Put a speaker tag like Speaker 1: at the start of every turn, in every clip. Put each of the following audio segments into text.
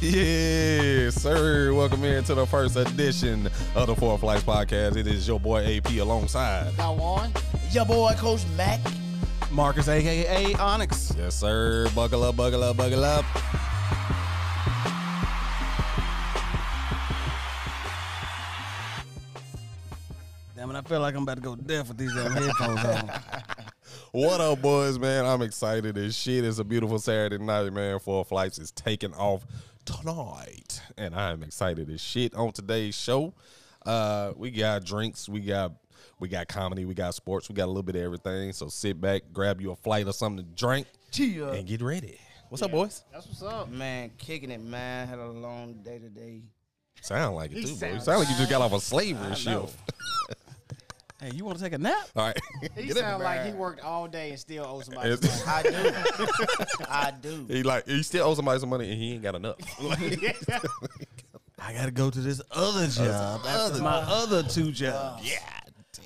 Speaker 1: Yes, sir. Welcome in to the first edition of the Four Flights Podcast. It is your boy AP alongside.
Speaker 2: Now on, your boy Coach Mac.
Speaker 3: Marcus, aka Onyx.
Speaker 1: Yes, sir. Buckle up, buckle up, buckle up.
Speaker 3: Damn it, I feel like I'm about to go deaf with these damn headphones on.
Speaker 1: What up, boys, man? I'm excited as shit. It's a beautiful Saturday night, man. Four Flights is taking off tonight. And I am excited as shit on today's show. Uh, we got drinks, we got we got comedy, we got sports, we got a little bit of everything. So sit back, grab you a flight or something to drink,
Speaker 2: Cheer.
Speaker 1: and get ready. What's up, boys?
Speaker 2: That's what's up.
Speaker 3: Man, kicking it, man. Had a long day today.
Speaker 1: Sound like it
Speaker 2: He
Speaker 1: too, boy. You
Speaker 2: sounds-
Speaker 1: sound like you just got off a slavery shift.
Speaker 3: Hey, you want to take a nap?
Speaker 1: All right.
Speaker 2: He
Speaker 1: Get in
Speaker 2: sound
Speaker 1: there.
Speaker 2: like he worked all day and still owes somebody.
Speaker 1: It's-
Speaker 2: money. I do. I do.
Speaker 1: He like he still owes somebody some money and he ain't got enough. Like,
Speaker 3: I gotta go to this other job. That's my other two jobs.
Speaker 1: yeah.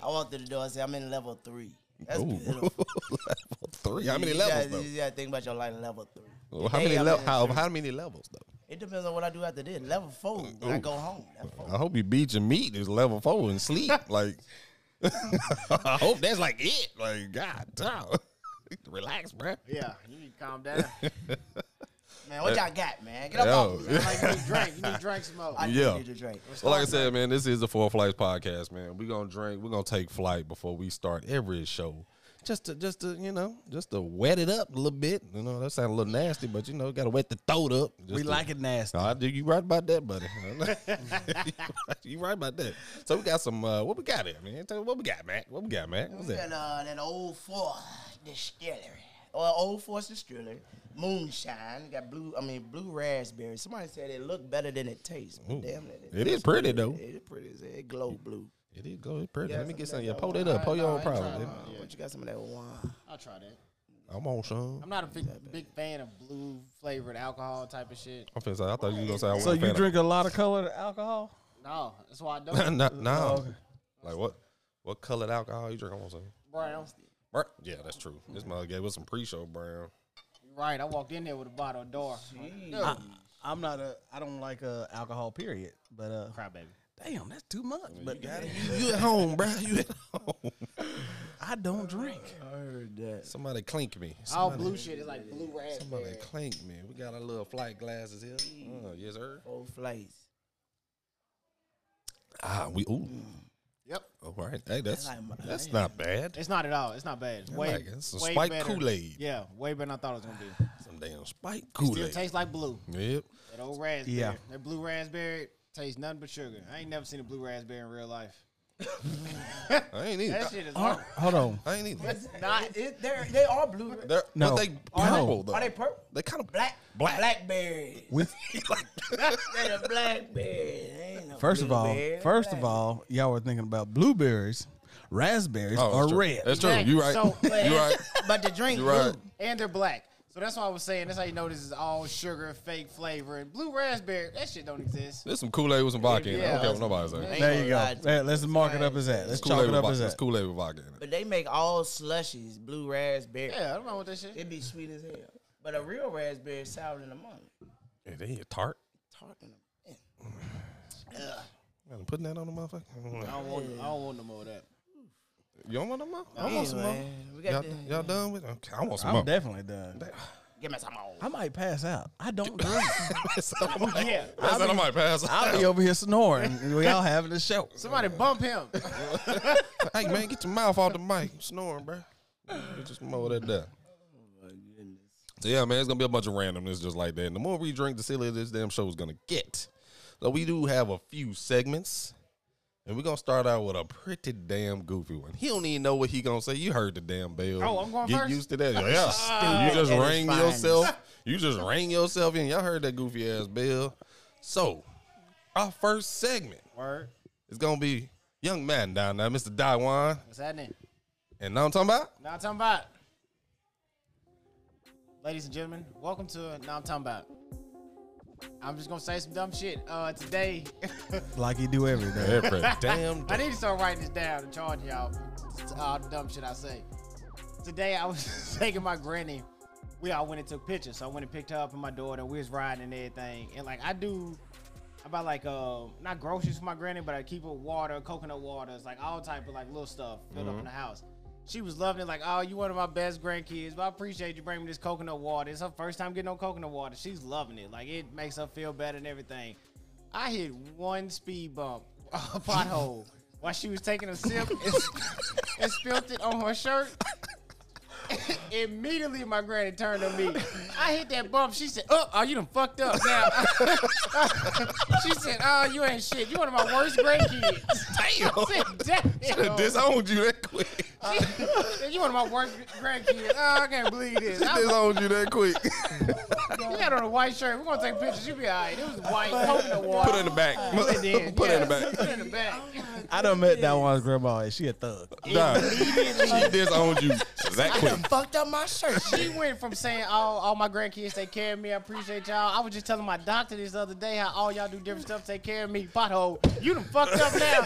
Speaker 4: I walked through the door. I said, I'm in level three. That's
Speaker 1: Ooh.
Speaker 4: beautiful.
Speaker 1: Level three. How many
Speaker 4: You
Speaker 1: levels
Speaker 4: gotta-
Speaker 1: though?
Speaker 4: You gotta think about your life in level three.
Speaker 1: Well, how
Speaker 4: Today
Speaker 1: many
Speaker 4: I'm
Speaker 1: le-
Speaker 4: in-
Speaker 1: how, how many levels though?
Speaker 4: It depends on what I do after this. Level four, when I go home. That's four.
Speaker 1: I hope you beat your meat is level four and sleep. Like I hope that's like it. Like God damn. Relax, bruh.
Speaker 2: Yeah, you need to calm down.
Speaker 4: Man, what y'all got, man? Get up
Speaker 1: Yo.
Speaker 4: off me.
Speaker 2: I like you need drink. You need drinks more.
Speaker 4: I
Speaker 1: Yeah.
Speaker 4: need you to drink.
Speaker 1: Well, like I said, man, this is the Four Flights podcast, man. We're gonna drink, we're gonna take flight before we start every show. Just to just to, you know, just to wet it up a little bit. You know, that sounds a little nasty, but you know, gotta wet the throat up.
Speaker 3: We
Speaker 1: just to-
Speaker 3: like it nasty.
Speaker 1: Nah, dude, you right about that, buddy. you right about that. So we got some. Uh, what we got here, man? Tell me what we got, Mac. What we got, Mac? What's
Speaker 4: We got
Speaker 1: that?
Speaker 4: uh, that old four distillery. Or old force distillery. Moonshine. Got blue, I mean blue raspberry. Somebody said it looked better than it tastes. But damn it.
Speaker 1: It is pretty though.
Speaker 4: It is pretty. as hell. It glow blue.
Speaker 1: It is go. It's pretty. Let me
Speaker 4: some
Speaker 1: get
Speaker 4: of
Speaker 1: some.
Speaker 4: that
Speaker 1: Yeah,
Speaker 4: old
Speaker 1: pull that up. Pull your own
Speaker 2: trying
Speaker 1: problem.
Speaker 2: to-
Speaker 4: Uh, What you got some of that wine?
Speaker 2: I'll try that.
Speaker 1: I'm on, Sean.
Speaker 2: I'm not a big big fan of blue flavored alcohol type of shit.
Speaker 1: I'm finna say. I thought you was gonna say. I wasn't
Speaker 3: So
Speaker 1: a fan
Speaker 3: you
Speaker 1: of-
Speaker 3: drink a lot of colored alcohol?
Speaker 2: No, that's why I don't.
Speaker 1: Nah, nah.
Speaker 3: Oh, okay.
Speaker 1: Like what? What colored alcohol you drink? I'm gonna say.
Speaker 2: Brown.
Speaker 1: Bur- Yeah, that's true. This mug gave us some pre-show brown.
Speaker 2: You're right. I walked in there with a bottle of door.
Speaker 3: I, I'm not a. I don't like uh, alcohol. Period. But uh,
Speaker 2: Cry baby.
Speaker 3: damn, that's too much. But
Speaker 1: You at home, bro? You at home?
Speaker 3: I don't drink.
Speaker 1: Somebody clink me.
Speaker 2: All blue shit is like blue raspberry.
Speaker 1: Somebody clink me. We got our little flight glasses here. Oh, yes, sir.
Speaker 4: Four flights.
Speaker 1: Ah, we ooh.
Speaker 2: Yep.
Speaker 1: All right. Hey, that's
Speaker 4: like my-
Speaker 1: that's not bad.
Speaker 2: It's not at all. It's not bad. It's way,
Speaker 1: like it. It's a
Speaker 2: way
Speaker 1: spiked
Speaker 2: better.
Speaker 1: Kool-Aid.
Speaker 2: Yeah, way better than I thought it was gonna be.
Speaker 1: Some damn spike
Speaker 2: Still
Speaker 1: Kool Aid.
Speaker 2: tastes like blue.
Speaker 1: Yep.
Speaker 2: That old raspberry.
Speaker 3: Yeah.
Speaker 2: That blue raspberry tastes nothing but sugar. I ain't never seen a blue raspberry in real life.
Speaker 1: I ain't either.
Speaker 2: That shit is
Speaker 3: Hold- Hold on.
Speaker 1: I ain't either.
Speaker 4: Not it, they're, they are blue.
Speaker 1: They're,
Speaker 3: No.
Speaker 1: but they
Speaker 3: No.
Speaker 1: purple though.
Speaker 4: Are they purple?
Speaker 1: They kind of
Speaker 4: Black,
Speaker 1: Black.
Speaker 4: blackberry.
Speaker 3: We,
Speaker 4: They're the blackberry. They ain't no
Speaker 3: first of all,
Speaker 4: blueberry.
Speaker 3: first of all, y'all were thinking about blueberries, raspberries,
Speaker 1: Oh, that's
Speaker 3: or
Speaker 1: true.
Speaker 3: red.
Speaker 1: That's true.
Speaker 2: Exactly.
Speaker 1: You right.
Speaker 2: So-
Speaker 1: you right.
Speaker 4: but the drink
Speaker 1: You
Speaker 4: blue.
Speaker 1: right.
Speaker 2: and they're black. So that's why I was saying. That's how you know this is all sugar, fake flavor, and blue raspberry. That shit don't exist.
Speaker 1: There's some Kool Aid with some vodka in it. I don't care what nobody
Speaker 2: Yeah.
Speaker 1: say.
Speaker 3: There you go.
Speaker 4: Ain't gonna
Speaker 3: Yeah, let's mark it up as that. Let's
Speaker 1: Kool
Speaker 3: chalk
Speaker 1: Aid
Speaker 3: it
Speaker 1: with
Speaker 3: up as
Speaker 1: vodka. It's
Speaker 3: that.
Speaker 1: Kool Aid with vodka in it.
Speaker 4: But they make all slushies blue raspberry.
Speaker 2: Yeah, I don't know what that shit.
Speaker 4: It'd be sweet as hell. But a real raspberry is sour in the morning.
Speaker 1: And they a tart.
Speaker 4: Tart in the morning.
Speaker 1: Man, putting that on the motherfucker.
Speaker 2: I don't want. I don't want no more of that.
Speaker 1: You don't want no more?
Speaker 4: Oh,
Speaker 1: I want some more.
Speaker 4: Anyway, we got
Speaker 1: Y'all,
Speaker 4: the-
Speaker 1: y'all done with? it? Okay, I want some
Speaker 3: I'm
Speaker 1: more.
Speaker 3: definitely done.
Speaker 4: Give me some more.
Speaker 3: I might pass out. I don't drink.
Speaker 1: So I'm like-
Speaker 2: Yeah.
Speaker 1: I said I might pass.
Speaker 3: I'll
Speaker 1: out.
Speaker 3: be over here snoring. We all having a show.
Speaker 2: Somebody bump him.
Speaker 1: Hey man, get your mouth off the mic. I'm snoring, bro. Get your smoke that down. So yeah, man, it's gonna be a bunch of randomness just like that. And the more we drink, the sillier this damn show is gonna get. So we do have a few segments, and we're gonna start out with a pretty damn goofy one. He don't even know what he gonna say. You heard the damn bell.
Speaker 2: Oh, I'm going
Speaker 1: Get
Speaker 2: first?
Speaker 1: used to that. Yeah, you just
Speaker 4: at its
Speaker 1: rang
Speaker 4: finest.
Speaker 1: yourself. You just rang yourself in. Y'all heard that goofy ass bell. So our first segment
Speaker 2: Word.
Speaker 1: is gonna be young man down there, Mr. Daiwan.
Speaker 2: What's happening?
Speaker 1: And now I'm talking about
Speaker 2: Now I'm talking about. Ladies and gentlemen, welcome to Now I'm talking about. I'm just gonna say some dumb shit. Uh, today,
Speaker 3: Like you do every day.
Speaker 1: every damn
Speaker 2: I
Speaker 1: day.
Speaker 2: need to start writing this down and charging y'all for all the dumb shit I say. Today I was taking my granny we all went and took pictures. So I went and picked her up and my daughter. We was riding and everything. And like I do, I buy like um not groceries for my granny, but I keep her water, coconut waters, like all type of like little stuff filled up in the house. She was loving it, like, oh, you one of my best grandkids, but I appreciate you bringing me this coconut water. It's her first time getting on coconut water. She's loving it. Like it makes her feel better and everything. I hit one speed bump, a pothole, while she was taking a sip and, and spilled it on her shirt. Immediately, my granny turned to me. I hit that bump. She said, "Oh, oh you done fucked up now." she said, "Oh, you ain't shit. You one of my worst grandkids." Damn. Damn.
Speaker 1: disowned you that quick.
Speaker 2: you one of my worst grandkids. Oh, I can't believe this.
Speaker 1: She
Speaker 2: I was
Speaker 1: disowned you that quick.
Speaker 2: like, you got on a white shirt. We're gonna take pictures. You be all right. It was white, coconut water.
Speaker 1: Put it in the back. Put
Speaker 2: Put it
Speaker 1: it in the
Speaker 2: in. Yeah,
Speaker 1: back.
Speaker 2: Put it in the back.
Speaker 3: I done met that one's grandma and she a thug.
Speaker 1: Nah, she disowned you that quick.
Speaker 4: Fucked up my shirt.
Speaker 2: She went from saying, "All, all my grandkids take care of me. I appreciate y'all." I was just telling my doctor this other day how all y'all do different stuff, take care of me. Pothole, you done fucked up now.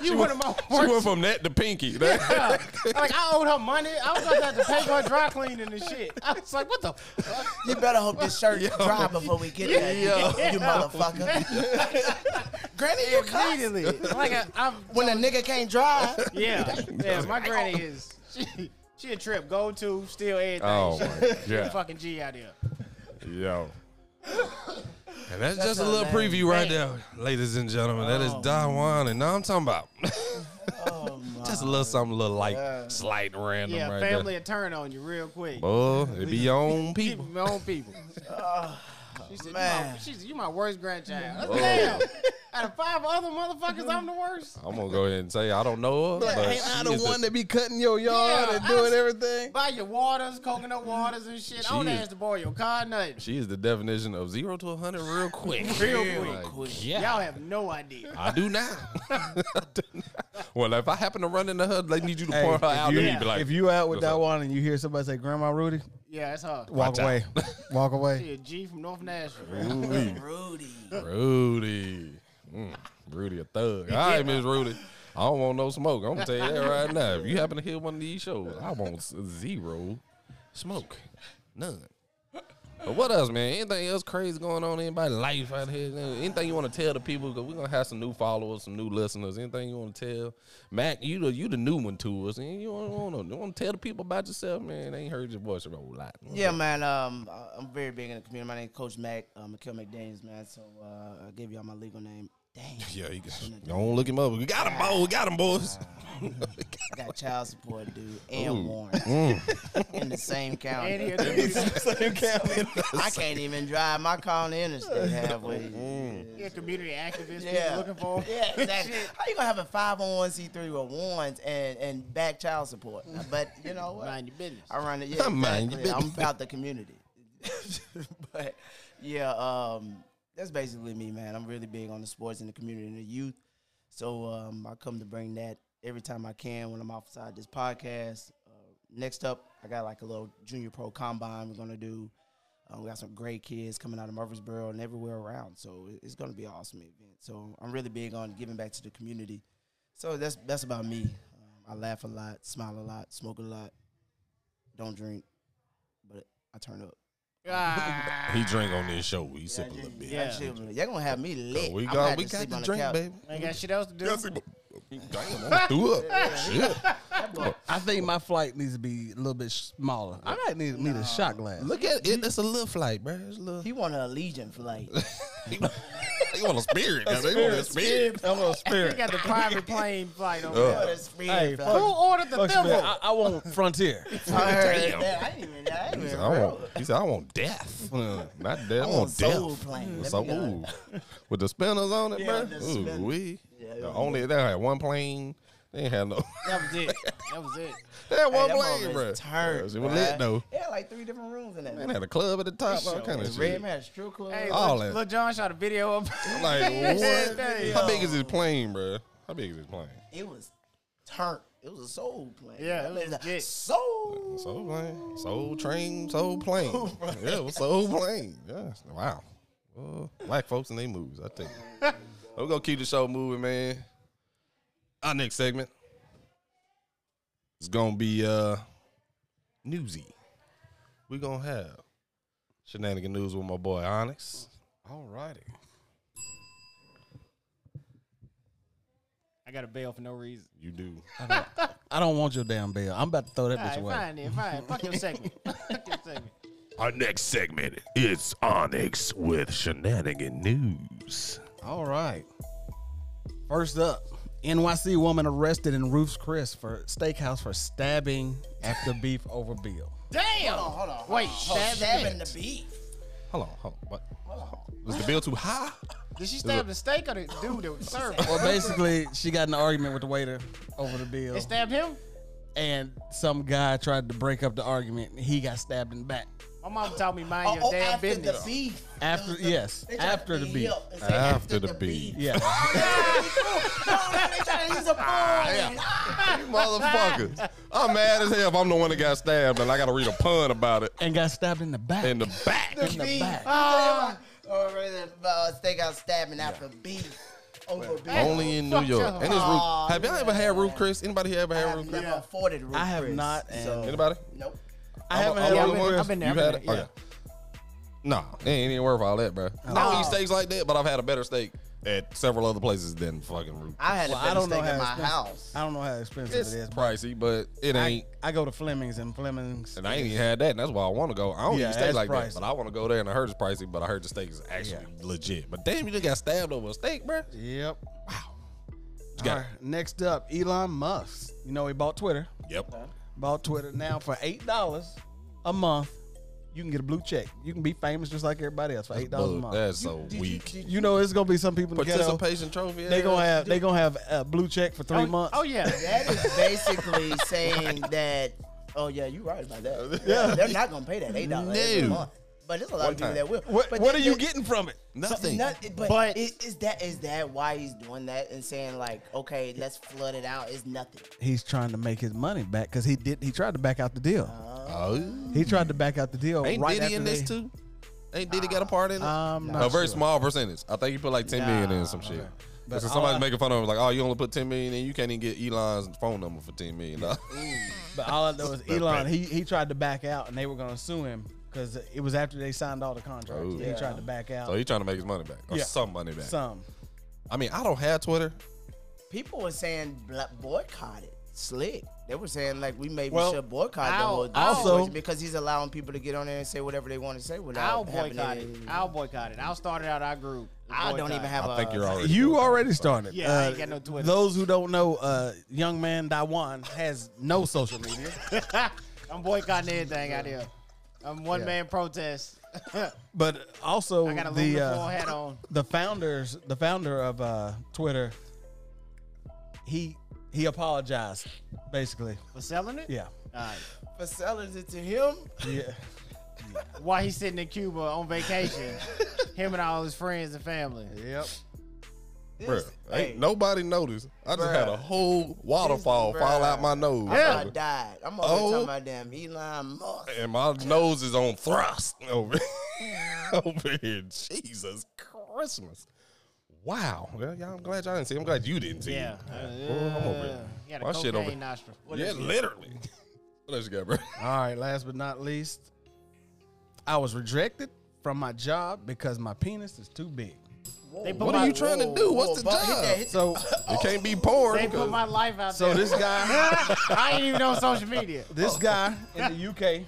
Speaker 2: you one of my
Speaker 1: She
Speaker 2: worst.
Speaker 1: went from that to pinky. That-
Speaker 2: Yeah. Like I owed her money. I was gonna have to pay for her dry cleaning and shit. I was like, "What the fuck?"
Speaker 4: You better hope this shirt dry before we get there. You motherfucker. Granny, you cut.
Speaker 2: Immediately, like I, I'm
Speaker 4: When a nigga can't dry,
Speaker 2: yeah, yeah. My
Speaker 4: Oh.
Speaker 2: granny is she, she a trip. Go to steal everything.
Speaker 1: Oh
Speaker 2: She-
Speaker 1: my
Speaker 2: she
Speaker 1: god,
Speaker 2: fucking G out here.
Speaker 1: yo. And that's, just a
Speaker 4: her
Speaker 1: little
Speaker 4: name.
Speaker 1: preview right there, ladies and gentlemen. That is Dawan, and now I'm talking about just a little something, a little like slight random
Speaker 2: Yeah,
Speaker 1: right
Speaker 2: family
Speaker 1: there.
Speaker 2: a turn on you real quick.
Speaker 1: Oh, it be your own people.
Speaker 2: Keep your own people. she said, You my,
Speaker 4: Uh, man.
Speaker 2: she said, you my worst grandchild. I said, Damn. Out of five other motherfuckers, I'm the worst.
Speaker 1: I'm gonna go ahead and say I don't know her, but,
Speaker 3: Ain't I
Speaker 1: she
Speaker 3: the
Speaker 1: is the-
Speaker 3: one that be cutting your yard
Speaker 2: Yeah,
Speaker 3: and
Speaker 2: I
Speaker 3: doing
Speaker 2: was-
Speaker 3: everything?
Speaker 2: Buy your waters, coconut waters and shit. I don't
Speaker 1: Jeez.
Speaker 2: ask to borrow your car, nothing.
Speaker 1: she is the definition of zero to hundred real quick.
Speaker 2: Real quick.
Speaker 1: Yeah,
Speaker 2: Y'all have no idea.
Speaker 1: I do now. I do now. Well, if I happen to run into her, they need you to
Speaker 3: Hey,
Speaker 1: point her
Speaker 3: if
Speaker 1: out.
Speaker 3: you-
Speaker 1: You, be like,
Speaker 3: if you out with
Speaker 1: What's
Speaker 3: that
Speaker 1: up?
Speaker 3: one and you hear somebody say Grandma Rudy,
Speaker 2: Yeah, that's her.
Speaker 1: out.
Speaker 3: walk away. walk away.
Speaker 2: She a G from North Nashville.
Speaker 1: Rudy.
Speaker 4: Rudy.
Speaker 1: Rudy. Mm, Rudy a thug. All right, Miss Rudy. I don't want no smoke. I'm gonna tell you that right now. If you happen to hear one of these shows, I want s- zero smoke. None. But what else, man? Anything else crazy going on in anybody's life out here? Anything you want to tell the people? Because we're gonna have some new followers, some new listeners. Anything you want to tell? Mac, you the you the new one to us, and you want to want to tell the people about yourself, man. They ain't heard your voice a whole lot.
Speaker 4: Yeah, man. Um, I- I'm very big in the community. My name is Coach Mac, uh, McKill McDaniels, man. So uh, I give y'all my legal name. Dang,
Speaker 1: yeah. You can, don't look him up. We got him, boy. We got him, boys.
Speaker 4: I got child support, dude, and warrants in the same county.
Speaker 2: And he a community,
Speaker 4: I can't even drive my car on the interstate halfway.
Speaker 2: he a community activist.
Speaker 4: Yeah.
Speaker 2: People looking for him.
Speaker 4: Yeah, exactly. How you gonna have a five on one C three with warrants and and back child support? But you know what?
Speaker 2: Mind your business.
Speaker 4: I run it. Yeah,
Speaker 1: Mind your
Speaker 4: exactly. I'm about the community. but yeah, um, that's basically me, man. I'm really big on the sports and the community and the youth. So um, I come to bring that every time I can when I'm outside this podcast. Uh, next up, I got like a little junior pro combine we're gonna do. Um, we got some great kids coming out of Murfreesboro and everywhere around. So it- it's gonna be an awesome event. So I'm really big on giving back to the community. So that's that's about me. Um, I laugh a lot, smile a lot, smoke a lot, don't drink, but I turn up.
Speaker 2: Ah.
Speaker 1: He drink on this show. He sip a little bit.
Speaker 2: Yeah.
Speaker 4: I chill, man. Y'all gonna have me lit.
Speaker 1: we
Speaker 4: I'm
Speaker 1: got
Speaker 4: about
Speaker 1: we
Speaker 4: to
Speaker 1: got
Speaker 4: sleep
Speaker 1: the
Speaker 4: on
Speaker 1: drink,
Speaker 4: couch.
Speaker 1: baby.
Speaker 2: ain't got shit else to do.
Speaker 1: Damn, I threw up. Shit.
Speaker 3: I think my flight needs to be a little bit smaller. I might need, need a shot glass.
Speaker 1: Look at it. It's a little flight, bro. It's a little.
Speaker 4: He want a Legion flight.
Speaker 1: They want a spirit. man. They want a spirit.
Speaker 3: I'm a
Speaker 2: He
Speaker 3: spirit.
Speaker 2: got the private plane flight over there.
Speaker 4: What a spirit
Speaker 3: Hey,
Speaker 4: flight.
Speaker 2: Who ordered the
Speaker 3: Fuck spirit.
Speaker 2: thimble?
Speaker 3: I, I want Frontier.
Speaker 4: I heard that. I didn't even. I didn't
Speaker 1: He
Speaker 4: even
Speaker 1: said, I
Speaker 4: know.
Speaker 1: want, he said, I want death. Not death. I,
Speaker 4: I
Speaker 1: want
Speaker 4: want soul
Speaker 1: death.
Speaker 4: plane.
Speaker 1: So,
Speaker 4: Let me
Speaker 1: ooh. With the spinners on it,
Speaker 4: Yeah,
Speaker 1: bruh.
Speaker 4: the
Speaker 1: Ooh,
Speaker 4: spin-
Speaker 1: we.
Speaker 4: Yeah,
Speaker 1: The
Speaker 4: yeah.
Speaker 1: only they had one plane. They ain't had no.
Speaker 2: That was it. That was it.
Speaker 1: They had one
Speaker 4: Hey, that
Speaker 1: plane,
Speaker 4: motherfucker's
Speaker 1: bro.
Speaker 4: turned,
Speaker 1: It was lit
Speaker 4: bruh.
Speaker 1: though.
Speaker 4: Yeah, like three different rooms in that.
Speaker 1: They had a club at the top. All kind of
Speaker 4: The Red
Speaker 1: shit.
Speaker 4: man, strip club.
Speaker 2: Hey,
Speaker 1: All
Speaker 2: Lil,
Speaker 1: that.
Speaker 2: Lil John shot a video of
Speaker 1: I'm like,
Speaker 2: That
Speaker 1: what?
Speaker 2: thing.
Speaker 1: How big is this plane, bro? How big is this plane?
Speaker 4: It was turnt. It was a soul plane.
Speaker 2: Yeah,
Speaker 4: That
Speaker 2: it
Speaker 4: man
Speaker 2: was
Speaker 4: like,
Speaker 2: legit.
Speaker 4: soul.
Speaker 1: Soul plane, soul train, soul plane. yeah, it was soul plane. Yeah, wow. Uh, black folks and they moves. I think we're gonna keep the show moving, man. Our next segment is gonna be uh newsy. we gonna have shenanigan news with my boy Onyx.
Speaker 5: All righty.
Speaker 2: I got a bail for no reason.
Speaker 1: You do.
Speaker 3: I don't want your damn bill. I'm about to throw that
Speaker 2: All
Speaker 3: bitch
Speaker 2: right,
Speaker 3: away.
Speaker 2: fine then, fine. Fuck your segment. Fuck your segment.
Speaker 1: Our next segment is Onyx with shenanigan news.
Speaker 3: All right. First up, NYC woman arrested in Ruth's Chris for steakhouse for stabbing after beef over bill.
Speaker 2: Damn.
Speaker 4: Oh, Hold on. Hold
Speaker 2: Wait,
Speaker 4: on.
Speaker 2: stab
Speaker 4: stabbing
Speaker 2: the
Speaker 4: the beef.
Speaker 1: Hold on, hold on. What? Was the bill too high?
Speaker 2: Did she stab the steak or the dude that served? it?
Speaker 3: Well, basically, she got in an argument with the waiter over the bill,
Speaker 2: They stabbed him.
Speaker 3: and some guy tried to break up the argument. And he got stabbed in the back.
Speaker 2: My mom taught me mind your
Speaker 4: Oh, oh,
Speaker 2: damn
Speaker 4: after
Speaker 2: business.
Speaker 4: the beef.
Speaker 3: After-
Speaker 4: It was the-
Speaker 3: yes,
Speaker 4: they tried to
Speaker 3: after the
Speaker 4: beat
Speaker 3: beef.
Speaker 4: you up and say,
Speaker 1: After the beef."
Speaker 3: Yeah,
Speaker 4: they tried to use a pun.
Speaker 1: You motherfuckers. I'm mad as hell if I'm the one that got stabbed and I gotta read a pun about it
Speaker 3: and got stabbed in the back.
Speaker 1: in the back.
Speaker 3: In the
Speaker 4: beef.
Speaker 3: back.
Speaker 2: Ah.
Speaker 4: Or rather, uh, stakeout stabbing after beef over beef.
Speaker 1: Only in New
Speaker 2: Fuck
Speaker 1: York.
Speaker 2: y'all.
Speaker 1: And it's Ruth.
Speaker 4: Aw,
Speaker 1: Have y'all ever had Ruth Chris? Anybody here ever
Speaker 4: I
Speaker 1: had
Speaker 4: have
Speaker 1: Ruth
Speaker 4: never
Speaker 1: Chris?
Speaker 4: afforded Ruth
Speaker 3: I have
Speaker 4: Chris,
Speaker 3: not, and-
Speaker 4: so-
Speaker 1: Anybody?
Speaker 4: Nope.
Speaker 3: I haven't
Speaker 1: I'm
Speaker 3: had
Speaker 1: a-
Speaker 2: yeah,
Speaker 1: I'm
Speaker 3: one
Speaker 1: a-
Speaker 2: I've
Speaker 1: one
Speaker 2: been,
Speaker 1: of
Speaker 2: I've been
Speaker 1: the
Speaker 2: there.
Speaker 1: ones- You had
Speaker 2: I've been
Speaker 1: it?
Speaker 2: there, yeah.
Speaker 1: Okay. Nah, it ain't even worth all that, bro. I don't eat steaks like that, but I've had a better steak at several other places than fucking Ruth.
Speaker 4: I had
Speaker 3: Well,
Speaker 4: a
Speaker 3: I
Speaker 4: better
Speaker 3: don't know
Speaker 4: steak
Speaker 3: how
Speaker 4: in my
Speaker 3: expensive-
Speaker 4: house.
Speaker 3: I don't know how expensive
Speaker 1: It's
Speaker 3: it is. But
Speaker 1: pricey, but it
Speaker 3: I,
Speaker 1: ain't.
Speaker 3: I go to Fleming's and Fleming's.
Speaker 1: And I ain't even had that, and that's why I want to go. I don't
Speaker 3: Yeah,
Speaker 1: eat steak
Speaker 3: that's
Speaker 1: like
Speaker 3: pricey.
Speaker 1: that, but I want to go there, and I heard it's pricey, but I heard the steak is actually legit. But damn, you just got stabbed over a steak, bro.
Speaker 3: Yep. Wow.
Speaker 1: got
Speaker 3: All right, next up, Elon Musk. You know he bought Twitter.
Speaker 1: Yep.
Speaker 3: Bought Twitter now for eight dollars a month. You can get a blue check. You can be famous just like everybody else for eight dollars a
Speaker 1: Bug,
Speaker 3: month.
Speaker 1: that's so weak.
Speaker 3: you know it's gonna be some people in the ghetto.
Speaker 1: Participation trophy.
Speaker 3: They
Speaker 1: ass.
Speaker 3: gonna have they gonna have a blue check for three
Speaker 2: Oh,
Speaker 3: months.
Speaker 2: Oh yeah.
Speaker 4: That is basically saying that. Oh yeah, you're right about that. Yeah, they're not gonna pay that eight dollars every
Speaker 1: No.
Speaker 4: month. But there's a lot
Speaker 1: One
Speaker 4: of people
Speaker 1: time.
Speaker 4: that will.
Speaker 3: What,
Speaker 4: but
Speaker 3: what are
Speaker 4: they-
Speaker 3: you
Speaker 4: they-
Speaker 3: getting from it?
Speaker 1: nothing.
Speaker 4: Not, but
Speaker 2: But-
Speaker 4: is, is that is that why he's doing that and saying like, okay, let's flood it out? It's nothing.
Speaker 3: He's trying to make his money back because he did. He tried to back out the deal.
Speaker 1: Oh.
Speaker 3: he tried to back out the deal.
Speaker 1: Ain't
Speaker 3: right
Speaker 1: Diddy
Speaker 3: after
Speaker 1: in this
Speaker 3: they- Uh,
Speaker 1: too? Ain't Diddy got a part in it?
Speaker 3: I'm
Speaker 1: a
Speaker 3: not
Speaker 1: very
Speaker 3: sure.
Speaker 1: small percentage. I think he put like ten million in some shit. Because
Speaker 3: all
Speaker 1: somebody's
Speaker 3: I-
Speaker 1: making fun of him, like, oh, you only put ten million, and you can't even get Elon's phone number for ten million.
Speaker 3: But all I know is Elon. He he tried to back out, and they were gonna sue him because it was after they signed all the contracts.
Speaker 1: Oh.
Speaker 3: He tried to back out.
Speaker 1: so he's trying to make his money back or
Speaker 3: Yeah.
Speaker 1: some money back.
Speaker 3: some.
Speaker 1: I mean, I don't have Twitter.
Speaker 4: People were saying bla- boycott it. Slick. They were saying like we maybe
Speaker 3: Well,
Speaker 4: should boycott the
Speaker 2: I'll-
Speaker 4: whole
Speaker 3: I'll-
Speaker 4: situation because he's allowing people to get on there and say whatever they want to say without
Speaker 2: I'll
Speaker 4: having
Speaker 2: boycott it.
Speaker 4: any-
Speaker 2: I'll boycott it. I'll start it out our group.
Speaker 4: I don't
Speaker 2: Boycott
Speaker 4: even
Speaker 2: it.
Speaker 4: have a
Speaker 1: I think you're already.
Speaker 3: You already started.
Speaker 2: Yeah, I ain't got no Twitter.
Speaker 3: Uh, Those who don't know, uh, young man Daiwan has no social media.
Speaker 2: I'm boycotting everything out here. I'm one man protest.
Speaker 3: But also
Speaker 2: I got a
Speaker 3: the
Speaker 2: aluminum foil
Speaker 3: uh,
Speaker 2: hat on.
Speaker 3: the founders, the founder of uh, Twitter, he he apologized basically.
Speaker 2: For selling it?
Speaker 3: Yeah,
Speaker 2: All right.
Speaker 4: for selling it to him.
Speaker 3: yeah.
Speaker 2: While he's sitting in Cuba on vacation, him and all his friends and family.
Speaker 3: Yep.
Speaker 1: Bruh,
Speaker 4: This-
Speaker 1: ain't
Speaker 4: hey,
Speaker 1: nobody noticed. I just
Speaker 4: Bruh.
Speaker 1: had a whole waterfall
Speaker 4: This-
Speaker 1: fall
Speaker 4: bruh.
Speaker 1: out my nose.
Speaker 4: I
Speaker 2: Yeah.
Speaker 4: thought I died. I'm always
Speaker 1: Oh.
Speaker 4: talking about damn Elon Musk.
Speaker 1: And my nose is on thrust over, over here. Jesus Christmas. Wow. Well, y'all, I'm glad y'all didn't see. it. I'm glad you didn't see. it.
Speaker 2: Yeah. Uh,
Speaker 1: Boy, I'm over here.
Speaker 2: He had a
Speaker 1: My
Speaker 2: cocaine
Speaker 1: shit over.
Speaker 2: nostril.
Speaker 1: Yeah, literally. What else you got, bro?
Speaker 3: All right, last but not least, I was rejected from my job because my penis is too big.
Speaker 2: They
Speaker 4: Oh
Speaker 2: put
Speaker 1: What
Speaker 2: my,
Speaker 1: are you trying to do? What's the
Speaker 4: but hit that,
Speaker 1: job?
Speaker 4: hit
Speaker 3: So
Speaker 1: It can't be porn.
Speaker 2: They put my life out
Speaker 3: so
Speaker 2: there.
Speaker 3: this guy
Speaker 2: I ain't even on social media.
Speaker 3: this guy in the UK.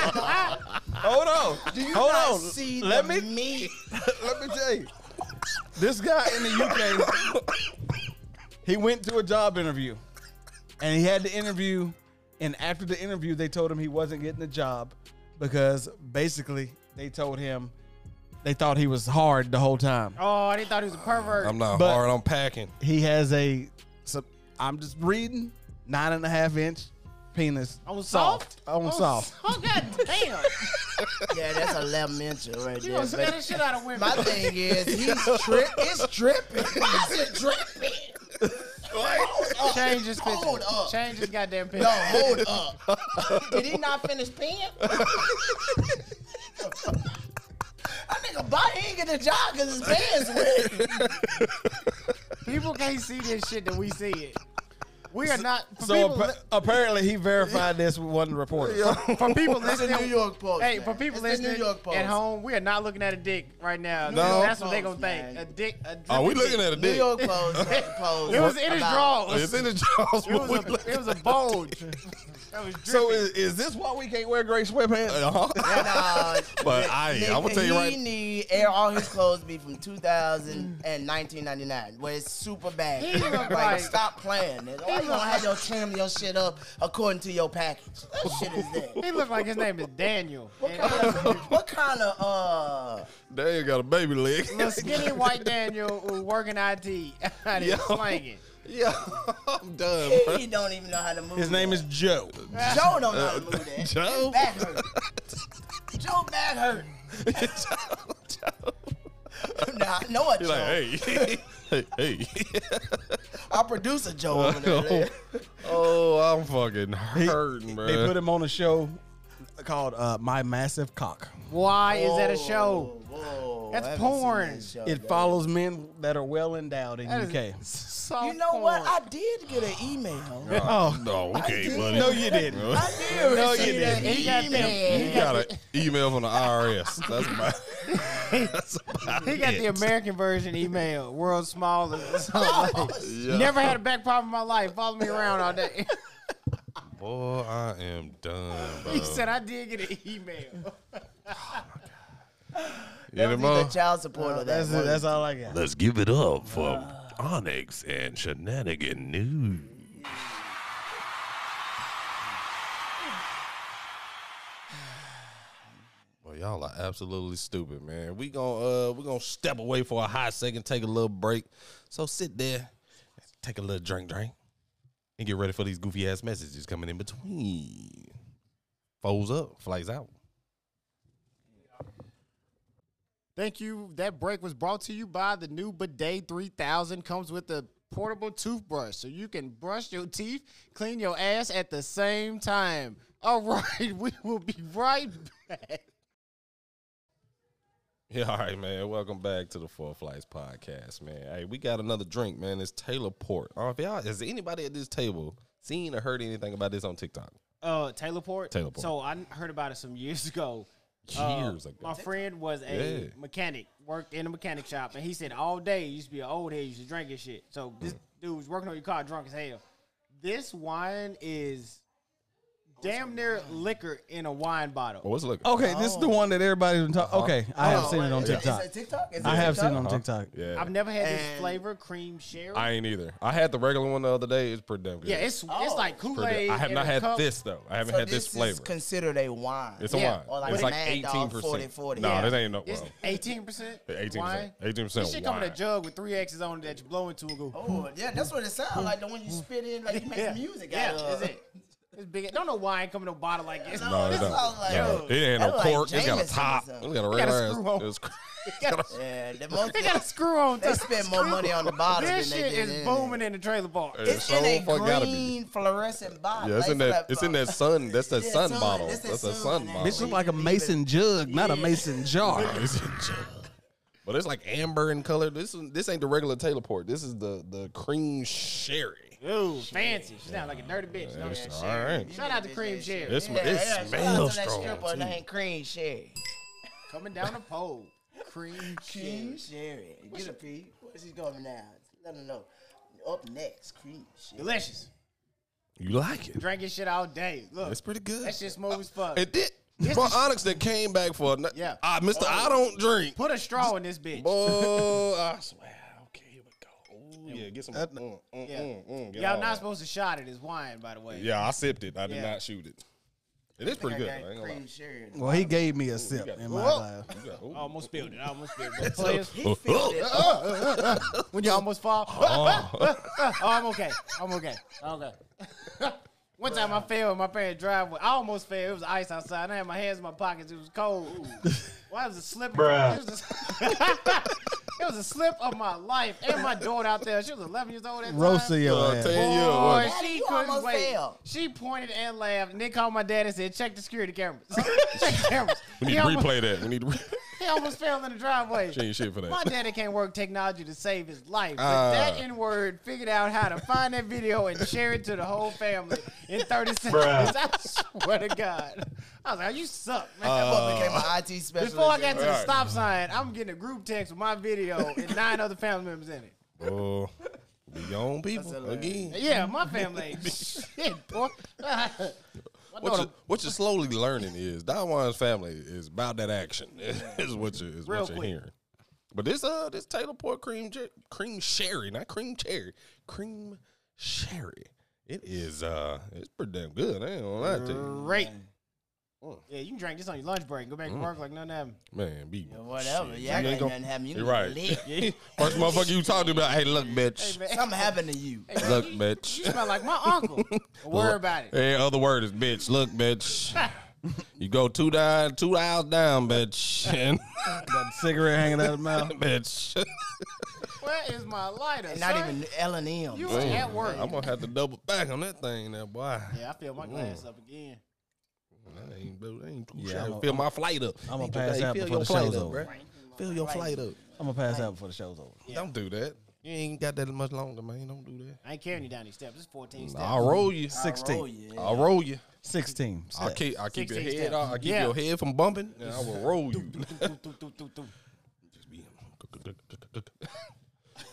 Speaker 3: Hold on. Hold on.
Speaker 4: See
Speaker 3: Let
Speaker 4: the
Speaker 3: me
Speaker 4: meat.
Speaker 3: let me tell you. This guy in the UK he went to a job interview and he had the interview and after the interview they told him he wasn't getting the job because basically they told him they thought he was hard the whole time.
Speaker 2: Oh, they thought he was a pervert.
Speaker 1: I'm not
Speaker 3: But-
Speaker 1: hard. I'm packing.
Speaker 3: He has a, so I'm just reading, nine and a half inch penis.
Speaker 2: On soft?
Speaker 3: On soft.
Speaker 2: Oh, god damn.
Speaker 4: Yeah, that's a lemon mention right
Speaker 2: You
Speaker 4: there.
Speaker 2: gonna scare the
Speaker 4: But
Speaker 2: shit out of women.
Speaker 4: my thing is, he's tri- it's dripping. Why is it dripping?
Speaker 2: Change his picture.
Speaker 4: Hold up.
Speaker 2: Change his goddamn picture.
Speaker 4: No, Oh, hold up. Did he not finish peeing? that nigga body he ain't get the job because his pants wet.
Speaker 2: People can't see this shit that we see it. We are not. For
Speaker 3: So
Speaker 2: people,
Speaker 3: appa- apparently he verified this with one reporter.
Speaker 2: for people
Speaker 4: It's the
Speaker 2: listening,
Speaker 4: New York Post.
Speaker 2: hey,
Speaker 4: man.
Speaker 2: for people
Speaker 4: It's the
Speaker 2: listening
Speaker 4: New York Post.
Speaker 2: at home, we are not looking at a dick right now.
Speaker 1: No.
Speaker 2: that's what they gonna
Speaker 4: Post,
Speaker 2: think.
Speaker 4: man.
Speaker 2: A dick. A
Speaker 1: Are Oh, we
Speaker 2: dick.
Speaker 1: looking at a
Speaker 4: New
Speaker 1: dick?
Speaker 4: York Post. had to post
Speaker 2: It was in his
Speaker 4: about-
Speaker 2: drawers.
Speaker 1: It's in the jaws.
Speaker 2: It was a, it was a bulge. that was dripping.
Speaker 3: So is, is this why we can't wear gray sweatpants?
Speaker 1: uh-huh.
Speaker 4: And, uh,
Speaker 1: But I, I'm gonna tell you right.
Speaker 4: He need air all his clothes be from 2000 and 1999, where it's super bad.
Speaker 2: He look
Speaker 4: like,
Speaker 2: like-
Speaker 4: stop playing. nigga. Why you
Speaker 2: look-
Speaker 4: gonna have your team your shit up according to your package? That shit is there.
Speaker 2: he looked like his name is Daniel.
Speaker 4: What kind of, what kind of uh?
Speaker 1: Daniel got a baby leg.
Speaker 2: Little skinny white Daniel who working IT out
Speaker 1: Yo.
Speaker 2: here slanging.
Speaker 1: yeah, I'm done, bro.
Speaker 4: He don't even know how to move.
Speaker 3: His name
Speaker 4: that.
Speaker 3: is Joe.
Speaker 4: Joe. Don't know how to move that.
Speaker 1: Uh, Joe?
Speaker 4: His back hurt. Joe back hurt. Nah, I know a
Speaker 1: He's
Speaker 4: Joe.
Speaker 1: like, hey, hey, hey.
Speaker 4: I produce a Joe over there.
Speaker 1: oh, I'm fucking hurting, bro.
Speaker 3: They put him on a show called uh, My Massive Cock.
Speaker 2: Why is that a
Speaker 4: Oh.
Speaker 2: show?
Speaker 4: Whoa, whoa,
Speaker 2: That's
Speaker 4: I haven't seen
Speaker 2: porn.
Speaker 4: that show,
Speaker 3: It
Speaker 4: bro.
Speaker 3: follows men that are well endowed in
Speaker 2: That is
Speaker 3: UK.
Speaker 2: so
Speaker 4: You know what?
Speaker 2: porn.
Speaker 4: I did get an email.
Speaker 3: Oh
Speaker 1: no, we can't, buddy.
Speaker 3: no, you didn't.
Speaker 4: I did
Speaker 3: No, you
Speaker 4: receive an
Speaker 2: didn't. You got
Speaker 4: email.
Speaker 1: You got an email from the IRS. That's about. That's about
Speaker 2: he got
Speaker 1: it.
Speaker 2: the American version email, world's smallest. or something like-
Speaker 1: Yeah.
Speaker 2: Never had a back problem in my life. Follow me around all day.
Speaker 1: Boy, I am done, bro.
Speaker 2: he said I did get an email.
Speaker 1: Hit him
Speaker 4: The
Speaker 1: up.
Speaker 4: child support of that.
Speaker 3: That's it. That's all I got.
Speaker 1: Let's give it up for Onyx and Shenanigan News. Well, y'all are absolutely stupid, man. We gonna uh, we gonna step away for a hot second, take a little break. So sit there, take a little drink, drink, and get ready for these goofy ass messages coming in between. Foes up, flags out.
Speaker 2: Thank you. That break was brought to you by the new Bidet 3000. Comes with a portable toothbrush, so you can brush your teeth, clean your ass at the same time. All right, we will be right back.
Speaker 1: Yeah, all right, man. Welcome back to the Four Flights podcast, man. Hey, we got another drink, man. It's Taylor Port. All right, if y'all, has anybody at this table seen or heard anything about this on TikTok?
Speaker 2: Uh, Taylorport.
Speaker 1: Taylorport.
Speaker 2: So I heard about it some years ago.
Speaker 1: Years
Speaker 2: Uh,
Speaker 1: ago.
Speaker 2: My friend was a
Speaker 1: Yeah.
Speaker 2: mechanic, worked in a mechanic shop, and he said all day he used to be an old head, used to drink and shit. So this
Speaker 1: Mm.
Speaker 2: dude was working on your car drunk as hell. This wine is damn near liquor in a wine
Speaker 1: Oh,
Speaker 2: bottle.
Speaker 1: what's looking?
Speaker 3: Okay, this is the one that everybody's been talking. Okay,
Speaker 4: Uh-huh.
Speaker 3: I
Speaker 4: Oh,
Speaker 3: have seen it on
Speaker 4: Is
Speaker 3: TikTok.
Speaker 4: it TikTok? Is it
Speaker 3: I have seen it
Speaker 4: TikTok?
Speaker 3: on TikTok.
Speaker 1: yeah.
Speaker 2: I've never had this
Speaker 4: And-
Speaker 2: flavor cream sherry.
Speaker 1: I ain't either. I had the regular one the other day. It's pretty damn good.
Speaker 2: yeah, it's it's
Speaker 4: Oh.
Speaker 2: like Kool
Speaker 1: pretty.
Speaker 2: Aid.
Speaker 1: I have not had this though. I haven't
Speaker 4: So
Speaker 1: had this,
Speaker 4: is
Speaker 1: flavor.
Speaker 4: considered a wine.
Speaker 1: it's a
Speaker 2: Yeah,
Speaker 1: wine.
Speaker 4: or like
Speaker 1: it's
Speaker 4: a
Speaker 1: like
Speaker 4: Mad Dog
Speaker 1: eighteen percent.
Speaker 4: 40-40.
Speaker 1: No,
Speaker 4: Yeah.
Speaker 1: this ain't no.
Speaker 2: It's
Speaker 1: well,
Speaker 2: eighteen percent.
Speaker 1: 18%. 18%
Speaker 2: This shit come in a
Speaker 1: wine.
Speaker 2: jug with three X's on it that you blow into and go.
Speaker 4: Oh, yeah, that's what it sounds like. The one you spit in, like you make music
Speaker 2: yeah,
Speaker 4: out of.
Speaker 2: is it? It's big. Don't know why I ain't coming in a bottle like this.
Speaker 4: No,
Speaker 1: no,
Speaker 4: this
Speaker 1: it don't.
Speaker 4: sounds like-
Speaker 1: No, it ain't no
Speaker 4: that like
Speaker 1: cork. it's got a
Speaker 4: Jameson or
Speaker 1: top. It's
Speaker 4: something.
Speaker 1: got a
Speaker 2: got a
Speaker 1: regular ass.
Speaker 2: screw on.
Speaker 1: It's cr-
Speaker 4: Yeah, the most,
Speaker 2: They got a screw on.
Speaker 4: they
Speaker 2: top.
Speaker 4: spend more money on the bottle
Speaker 2: This
Speaker 4: than
Speaker 2: shit
Speaker 4: they did
Speaker 2: is
Speaker 4: in it.
Speaker 2: booming in the trailer bar.
Speaker 1: It
Speaker 4: It's in
Speaker 1: sure
Speaker 4: a
Speaker 1: fuck gotta be.
Speaker 4: green fluorescent bottle.
Speaker 1: Yeah, it's
Speaker 4: Like,
Speaker 1: in that. It's in that sun. That's that
Speaker 4: Yeah,
Speaker 1: sun
Speaker 4: sun.
Speaker 1: bottle.
Speaker 4: That's that
Speaker 1: That's that
Speaker 4: sun.
Speaker 1: sun
Speaker 4: That
Speaker 1: bottle.
Speaker 3: This is like a mason jug, not a mason jar.
Speaker 1: It's in jug. But it's like amber in color. This is- this ain't the regular Taylor port. This is the the cream sherry.
Speaker 2: Ooh, fancy. She sound like a dirty bitch. don't
Speaker 1: It's-
Speaker 2: she?
Speaker 1: all right.
Speaker 2: Shout out to Cream Sherry.
Speaker 1: It's-
Speaker 4: Yeah,
Speaker 1: it
Speaker 4: yeah, shout out
Speaker 1: smells
Speaker 4: to that
Speaker 1: strong,
Speaker 4: stripper
Speaker 1: too.
Speaker 4: named Cream Sherry.
Speaker 2: Coming down the pole. Cream
Speaker 4: Cream
Speaker 2: Sherry.
Speaker 4: Sherry. Get a P. Where's he going now? Let him know. Up next, Cream Sherry.
Speaker 2: Delicious.
Speaker 1: You like it?
Speaker 2: Drinking shit all day. Look,
Speaker 1: It's pretty good.
Speaker 2: that shit smooth as fuck.
Speaker 1: It did. For Onyx that came back for a, yeah. Oh.
Speaker 2: Yeah.
Speaker 1: I, Mister, I don't drink.
Speaker 2: Put a straw in this bitch.
Speaker 1: Oh, I swear. Okay, here we go. Ooh, yeah, get some. mm, mm,
Speaker 2: Yeah.
Speaker 1: mm, mm, get all
Speaker 2: Y'all
Speaker 1: that.
Speaker 2: not supposed to shot it. It's wine, by the way.
Speaker 1: Yeah, I sipped it. I did
Speaker 2: Yeah.
Speaker 1: not shoot it. It is pretty good. I ain't gonna lie.
Speaker 4: Cream Sherry.
Speaker 3: Well, he gave me a sip in my life.
Speaker 1: You got- ooh.
Speaker 2: I almost spilled it. I almost spilled it. But players,
Speaker 4: He filled it up.
Speaker 2: when you almost fall,
Speaker 1: Oh.
Speaker 2: oh, I'm okay. I'm okay. I'm okay. One time I fell in my parents' driveway. I almost fell. It was ice outside. I had my hands in my pockets. It was cold. Why was it slipping? It was, a, it was a slip of my life. And my daughter out there, she was 11 years old at the
Speaker 3: Roasted
Speaker 2: time.
Speaker 3: your
Speaker 1: Uh,
Speaker 3: ass.
Speaker 1: ten years,
Speaker 2: Boy,
Speaker 1: wasn't it?
Speaker 2: she
Speaker 4: You
Speaker 2: couldn't
Speaker 4: almost
Speaker 2: wait.
Speaker 4: fell.
Speaker 2: She pointed and laughed. And then called my dad and said, check the security cameras. check the cameras.
Speaker 1: We need
Speaker 2: He
Speaker 1: to
Speaker 2: almost-
Speaker 1: replay that. We need to. Re-
Speaker 2: he He almost fell in the driveway.
Speaker 1: She ain't shit for that.
Speaker 2: My daddy can't work technology to save his life, but that
Speaker 1: Ah.
Speaker 2: N word figured out how to find that video and share it to the whole family in 30 seconds. I swear to God. I was like, you suck, man.
Speaker 4: That boy became an IT specialist.
Speaker 2: Before I got to the
Speaker 1: Right.
Speaker 2: stop sign, I'm getting a group text with my video and nine other family members in it.
Speaker 1: Oh, be your own people again.
Speaker 2: Yeah, my family ain't shit, boy. My
Speaker 1: What
Speaker 2: daughter-
Speaker 1: you, what you're slowly learning is Dawan's family is about that action. Is what you is
Speaker 2: Real
Speaker 1: what you're
Speaker 2: quick.
Speaker 1: hearing. But this uh this Taylor Port cream ch- cream sherry, not cream cherry, cream sherry. It is uh it's pretty damn good. I ain't gonna lie to you,
Speaker 2: Great. Yeah, you can drink this on your lunch break. and Go back to work like nothing happened.
Speaker 1: man. Be shit,
Speaker 4: Whatever. Mm. yeah,
Speaker 1: you
Speaker 4: I
Speaker 1: ain't
Speaker 4: ain't
Speaker 1: gonna-
Speaker 4: nothing happen. You
Speaker 1: You're
Speaker 4: need to
Speaker 1: right.
Speaker 4: live.
Speaker 1: First motherfucker you talked to about. Hey, look, bitch.
Speaker 2: Hey, man,
Speaker 4: Something happened to you.
Speaker 1: Look,
Speaker 2: you-
Speaker 1: bitch.
Speaker 2: You smell like my uncle. Don't worry about it.
Speaker 1: Hey, other word is bitch. Look, bitch. you go two down, two aisles down, bitch, and
Speaker 3: Got a cigarette hanging out of his mouth.
Speaker 1: bitch.
Speaker 2: Where is my lighter?
Speaker 4: Not
Speaker 2: son?
Speaker 4: even L and M.
Speaker 2: You are at work.
Speaker 1: I'm gonna have to double back on that thing now, boy.
Speaker 2: yeah, I filled
Speaker 1: Mm.
Speaker 2: my glass up again.
Speaker 1: That ain't, that ain't too
Speaker 3: Yeah,
Speaker 1: shabby.
Speaker 3: I'm a-
Speaker 1: Fill my flight up.
Speaker 3: I'm gonna
Speaker 1: Hey,
Speaker 3: pass out
Speaker 1: fill
Speaker 3: before
Speaker 1: your
Speaker 3: the
Speaker 1: flight
Speaker 3: show's
Speaker 1: up,
Speaker 3: over.
Speaker 1: bruh. Fill your flight up.
Speaker 3: I'm gonna pass out before the show's over.
Speaker 1: Don't do that. You ain't got that much longer, man. Don't do that.
Speaker 2: I ain't carrying you down these steps. It's 14 steps.
Speaker 1: I'll roll you.
Speaker 4: Oh
Speaker 3: 16.
Speaker 4: yeah.
Speaker 1: I'll roll you.
Speaker 3: 16.
Speaker 1: I'll
Speaker 3: steps.
Speaker 1: keep. I'll keep your
Speaker 2: 16
Speaker 1: head.
Speaker 2: steps.
Speaker 1: off. I'll keep
Speaker 2: Yeah.
Speaker 1: your head from bumping, and I will roll you.
Speaker 2: Doop, doop, doop, doop, doop.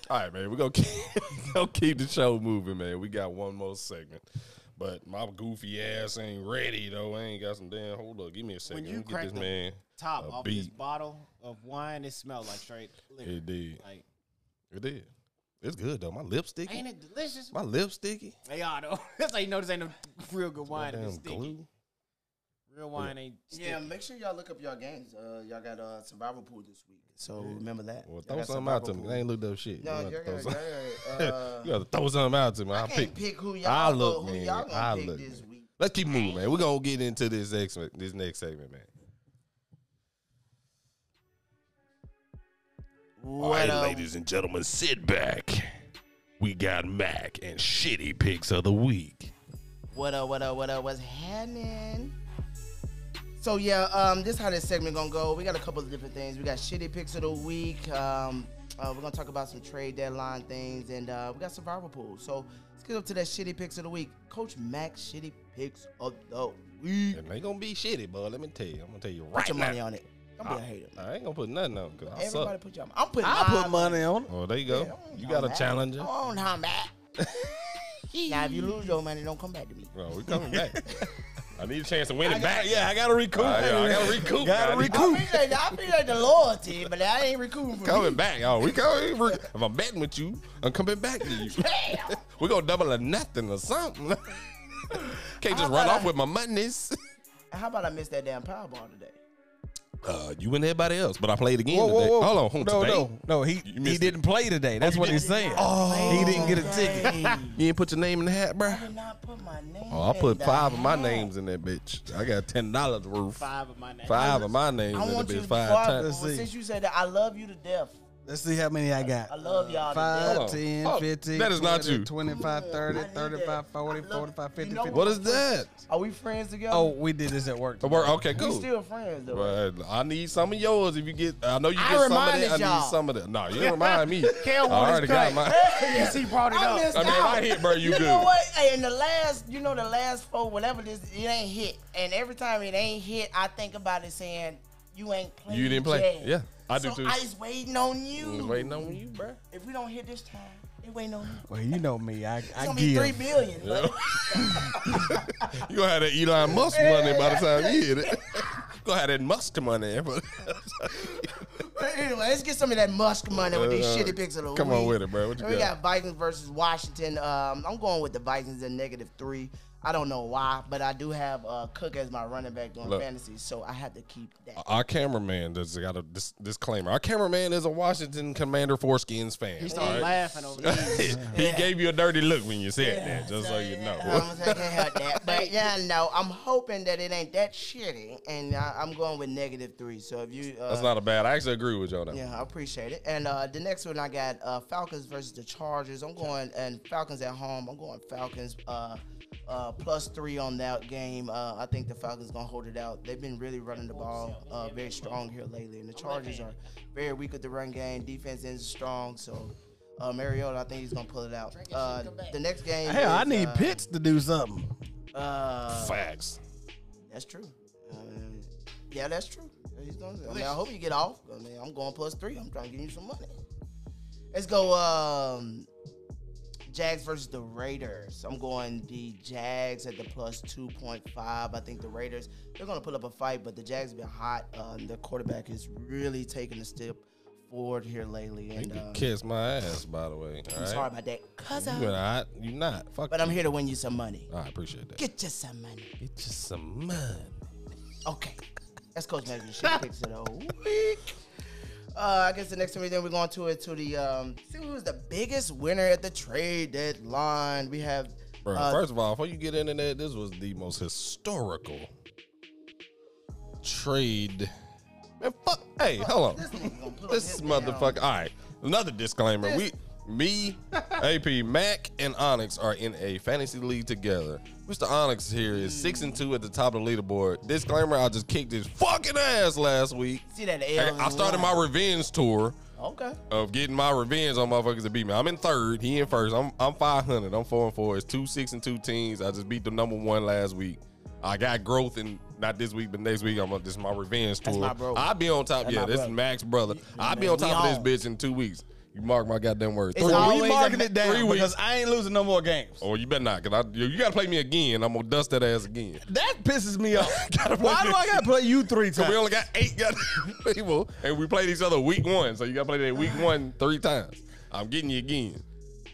Speaker 1: All right, man. We're gonna keep, gonna keep the show moving, man. We got one more segment. But my goofy ass ain't ready though. I ain't got some damn hold up. Give me a second. Let
Speaker 2: you
Speaker 1: me get
Speaker 2: crack
Speaker 1: this
Speaker 2: the
Speaker 1: man
Speaker 2: Top
Speaker 1: a
Speaker 2: off this
Speaker 1: beat.
Speaker 2: bottle of wine. It smelled like straight liquor.
Speaker 1: It did.
Speaker 2: Like,
Speaker 1: It did. It's good though. My lips sticky.
Speaker 2: ain't it delicious?
Speaker 1: My lips sticky.
Speaker 2: Hey, y'all, though. That's how you know this ain't no real good wine. if
Speaker 1: Damn
Speaker 2: It's sticky.
Speaker 1: glue.
Speaker 2: Real wine ain't sticky.
Speaker 4: Yeah, make sure y'all look up y'all games. Uh, y'all got uh, survival pool this week, so remember that.
Speaker 1: Well,
Speaker 4: Y'all
Speaker 1: throw
Speaker 4: got
Speaker 1: something out
Speaker 4: survival
Speaker 1: to me.
Speaker 4: pool.
Speaker 1: I ain't looked up shit.
Speaker 4: No,
Speaker 1: you
Speaker 4: you're
Speaker 1: gotta throw
Speaker 4: gonna.
Speaker 1: some-
Speaker 4: you're gonna,
Speaker 1: you
Speaker 4: Uh,
Speaker 1: gotta throw something out to me. I'll
Speaker 4: I
Speaker 1: pick.
Speaker 4: can't pick who y'all.
Speaker 1: I
Speaker 4: go-
Speaker 1: look,
Speaker 4: who
Speaker 1: man.
Speaker 4: y'all gonna
Speaker 1: I
Speaker 4: pick
Speaker 1: look.
Speaker 4: this
Speaker 1: man.
Speaker 4: week.
Speaker 1: Let's keep moving, man. We're gonna get into this next this next segment, man. All
Speaker 4: What
Speaker 1: right,
Speaker 4: up?
Speaker 1: ladies and gentlemen, sit back. We got Mac and shitty picks of the week.
Speaker 4: What up? What up? What up? What's happening? So yeah, um, this is how this segment gonna go. We got a couple of different things. We got shitty picks of the week. Um, uh, we're gonna talk about some trade deadline things, and uh, we got survival pool. So let's get up to that shitty picks of the week. Coach Mac, shitty picks of the week.
Speaker 1: And they gonna be shitty, bud. Let me tell you. I'm gonna tell you right
Speaker 4: Put your
Speaker 1: now.
Speaker 4: money on it. Don't
Speaker 1: Ah.
Speaker 4: be a hater.
Speaker 1: I ain't gonna put nothing on because I
Speaker 4: Everybody
Speaker 1: suck.
Speaker 4: put your. I'm putting.
Speaker 3: I
Speaker 4: my
Speaker 3: put money on it.
Speaker 1: Oh, there you go. you got a challenger.
Speaker 4: Come on, how Mac. now if you lose your money, don't come back to me.
Speaker 1: Bro, we coming back. I need a chance to win it back.
Speaker 3: Yeah, I gotta recoup.
Speaker 1: Uh, yeah, I gotta recoup.
Speaker 3: Gotta
Speaker 1: I need-
Speaker 4: I
Speaker 3: recoup.
Speaker 4: appreciate, I appreciate the loyalty, but I ain't recouping from
Speaker 1: coming back. Oh, we coming. we if I'm betting with you, I'm coming back to you. We're gonna double or nothing or something. Can't just run
Speaker 4: about
Speaker 1: off
Speaker 4: I-
Speaker 1: with my monies.
Speaker 4: How about I missed that damn Powerball today?
Speaker 1: Uh, you and everybody else, but I played again
Speaker 3: Whoa, whoa,
Speaker 1: today.
Speaker 3: whoa.
Speaker 1: Hold on, hold on.
Speaker 3: No,
Speaker 1: today?
Speaker 3: no, no. He
Speaker 1: You missed
Speaker 3: he
Speaker 1: it.
Speaker 3: didn't play today. That's what he's saying.
Speaker 1: Oh.
Speaker 3: he didn't get a ticket.
Speaker 1: You ain't put your name in the hat, bro.
Speaker 4: Did not put my name.
Speaker 1: Oh, I
Speaker 4: in
Speaker 1: put
Speaker 4: the
Speaker 1: five of my
Speaker 4: hat.
Speaker 1: names in that bitch. I got ten dollars worth. Five,
Speaker 2: Five of my name.
Speaker 1: of my names
Speaker 4: I
Speaker 1: in the
Speaker 4: want you
Speaker 1: bitch
Speaker 4: to
Speaker 1: five
Speaker 4: five
Speaker 1: times.
Speaker 3: Let's see.
Speaker 4: Since you said that, I love you to death.
Speaker 3: Let's see how many I
Speaker 4: I
Speaker 3: got.
Speaker 4: love y'all to death.
Speaker 3: Five,
Speaker 1: Hold on.
Speaker 3: 10,
Speaker 1: Hold-
Speaker 3: 15.
Speaker 1: that is not
Speaker 3: 20,
Speaker 1: you.
Speaker 3: 25, 30,
Speaker 4: I need that.
Speaker 3: 35,
Speaker 4: I
Speaker 3: 40,
Speaker 4: love-
Speaker 3: 45,
Speaker 4: you
Speaker 3: 50,
Speaker 4: know
Speaker 3: 50.
Speaker 1: What is that?
Speaker 4: Are we friends together?
Speaker 3: Oh, we did this at work.
Speaker 1: The word- Okay,
Speaker 4: we
Speaker 1: cool.
Speaker 4: still friends though. right?
Speaker 1: Well, I need some of yours. If you get, I know you
Speaker 4: I
Speaker 1: get some of
Speaker 4: reminded
Speaker 1: that. I
Speaker 4: y'all.
Speaker 1: need some of that. No, you didn't remind me. I
Speaker 2: Kale won his
Speaker 1: already got
Speaker 2: cut.
Speaker 1: my.
Speaker 2: Yes, he brought it
Speaker 4: I
Speaker 2: up.
Speaker 4: missed
Speaker 1: I mean, if
Speaker 4: out.
Speaker 1: I hit, bro, you
Speaker 4: know
Speaker 1: good.
Speaker 4: what? Hey, in the last, you know, the last four, whatever this, it ain't hit. And every time it ain't hit, I think about it saying, "You ain't playing."
Speaker 1: You didn't play.
Speaker 4: yet."
Speaker 1: Yeah, I do
Speaker 4: so
Speaker 1: too. Mm,
Speaker 4: I was waiting on
Speaker 1: I
Speaker 4: you.
Speaker 1: was waiting on you, bro.
Speaker 4: If we don't hit this time, it waiting on you.
Speaker 3: Well, you know me. I,
Speaker 4: It's
Speaker 3: I
Speaker 4: gonna be three
Speaker 3: give.
Speaker 4: billion. but-
Speaker 1: You gonna have that Elon Musk money by the time you hit it. You gonna have that Musk money. bro.
Speaker 4: But anyway, let's get some of that Musk money with these
Speaker 1: Uh,
Speaker 4: shitty picks of the
Speaker 1: come
Speaker 4: week.
Speaker 1: on with it, bro. What you
Speaker 4: we
Speaker 1: got?
Speaker 4: got Vikings versus Washington. Um, I'm going with the Vikings at negative three. I don't know why, but I do have uh, Cook as my running back doing
Speaker 1: Look. Uh,
Speaker 4: fantasy, so I have to keep that.
Speaker 1: Our cameraman does got a dis- disclaimer. Our cameraman is a Washington Commander Foreskins fan.
Speaker 2: He
Speaker 1: all
Speaker 2: started
Speaker 1: right?
Speaker 2: laughing over there.
Speaker 1: he gave you a dirty look when you said that, just so you know.
Speaker 4: I was like, I had that. But yeah, no, I'm hoping that it ain't that shitty, and I, I'm going with negative three. So if you, uh,
Speaker 1: That's not a bad. I actually agree with you on that.
Speaker 4: yeah, I appreciate it. And uh, the next one I got uh, Falcons versus the Chargers. I'm going and Falcons at home. I'm going Falcons. Uh, Uh, plus three on that game. Uh, I think the Falcons gonna hold it out. They've been really running the ball uh, very strong here lately, and the Chargers are very weak with the run game. Defense is strong, so uh, Mariota, I think he's gonna pull it out. Uh, the next game.
Speaker 3: Hell, I
Speaker 4: is,
Speaker 3: need
Speaker 4: uh,
Speaker 3: Pitts to do something.
Speaker 4: Uh,
Speaker 1: Facts.
Speaker 4: that's true. Uh, yeah, that's true. He's gonna, I mean, I hope you get off. I mean, I'm going plus three. I'm trying to give you some money. Let's go. Um, Jags versus the Raiders. I'm going the Jags at the plus 2.5. I think the Raiders, they're going to put up a fight, but the Jags have been hot. Um, the quarterback is really taking a step forward here lately.
Speaker 1: You
Speaker 4: And
Speaker 1: can
Speaker 4: um,
Speaker 1: kiss my ass, by the way. All
Speaker 4: I'm
Speaker 1: right?
Speaker 4: sorry about that. Cuz
Speaker 1: You not. You not. Fuck.
Speaker 4: But I'm here to win you some money.
Speaker 1: I appreciate that.
Speaker 4: Get you some money.
Speaker 1: Get just some money.
Speaker 4: Okay. That's Coach Megan. She picks it all week. Uh, I guess the next thing we're doing, we're going to it to the um, see who's the biggest winner at the trade deadline. We have
Speaker 1: Bro,
Speaker 4: uh,
Speaker 1: first of all, before you get into that, this was the most historical trade. Man, fuck. Hey, hold
Speaker 4: this
Speaker 1: on.
Speaker 4: nigga gonna put
Speaker 1: This
Speaker 4: on his
Speaker 1: motherfucker. All right. Another disclaimer. We,
Speaker 4: This-
Speaker 1: me, AP Mac, and Onyx are in a fantasy league together. Mr. Onyx here is six and two at the top of the leaderboard. Disclaimer: I just kicked his fucking ass last week.
Speaker 4: See that L
Speaker 1: I I
Speaker 4: is
Speaker 1: started my
Speaker 4: one.
Speaker 1: revenge tour
Speaker 4: okay.
Speaker 1: of getting my revenge on motherfuckers that beat me. I'm in third. He in first. I'm I'm 500. I'm four and four. It's two six and two teams. I just beat the number one last week. I got growth in not this week, but next week. I'm up. This is my revenge tour.
Speaker 4: my bro.
Speaker 1: I'll be on top.
Speaker 4: That's
Speaker 1: yeah,
Speaker 4: my
Speaker 1: this is
Speaker 4: brother.
Speaker 1: Max brother. I'll be
Speaker 4: man,
Speaker 1: on
Speaker 4: we
Speaker 1: top of
Speaker 4: on.
Speaker 1: this bitch in two weeks. You mark my goddamn words.
Speaker 4: It's
Speaker 1: Three
Speaker 4: all-
Speaker 1: weeks.
Speaker 3: We
Speaker 4: Always
Speaker 3: marking
Speaker 4: a-
Speaker 3: it
Speaker 1: three
Speaker 3: down
Speaker 1: weeks.
Speaker 3: because I ain't losing no more games.
Speaker 1: Or you better not, cause I, you, you gotta play me again. I'm gonna dust that ass again.
Speaker 3: That pisses me off.
Speaker 1: Gotta play
Speaker 3: Why do I
Speaker 1: this.
Speaker 3: gotta play you three
Speaker 1: So we
Speaker 3: times?
Speaker 1: only got eight goddamn people, and we played each other week one. So you gotta play that week one three times. I'm getting you again.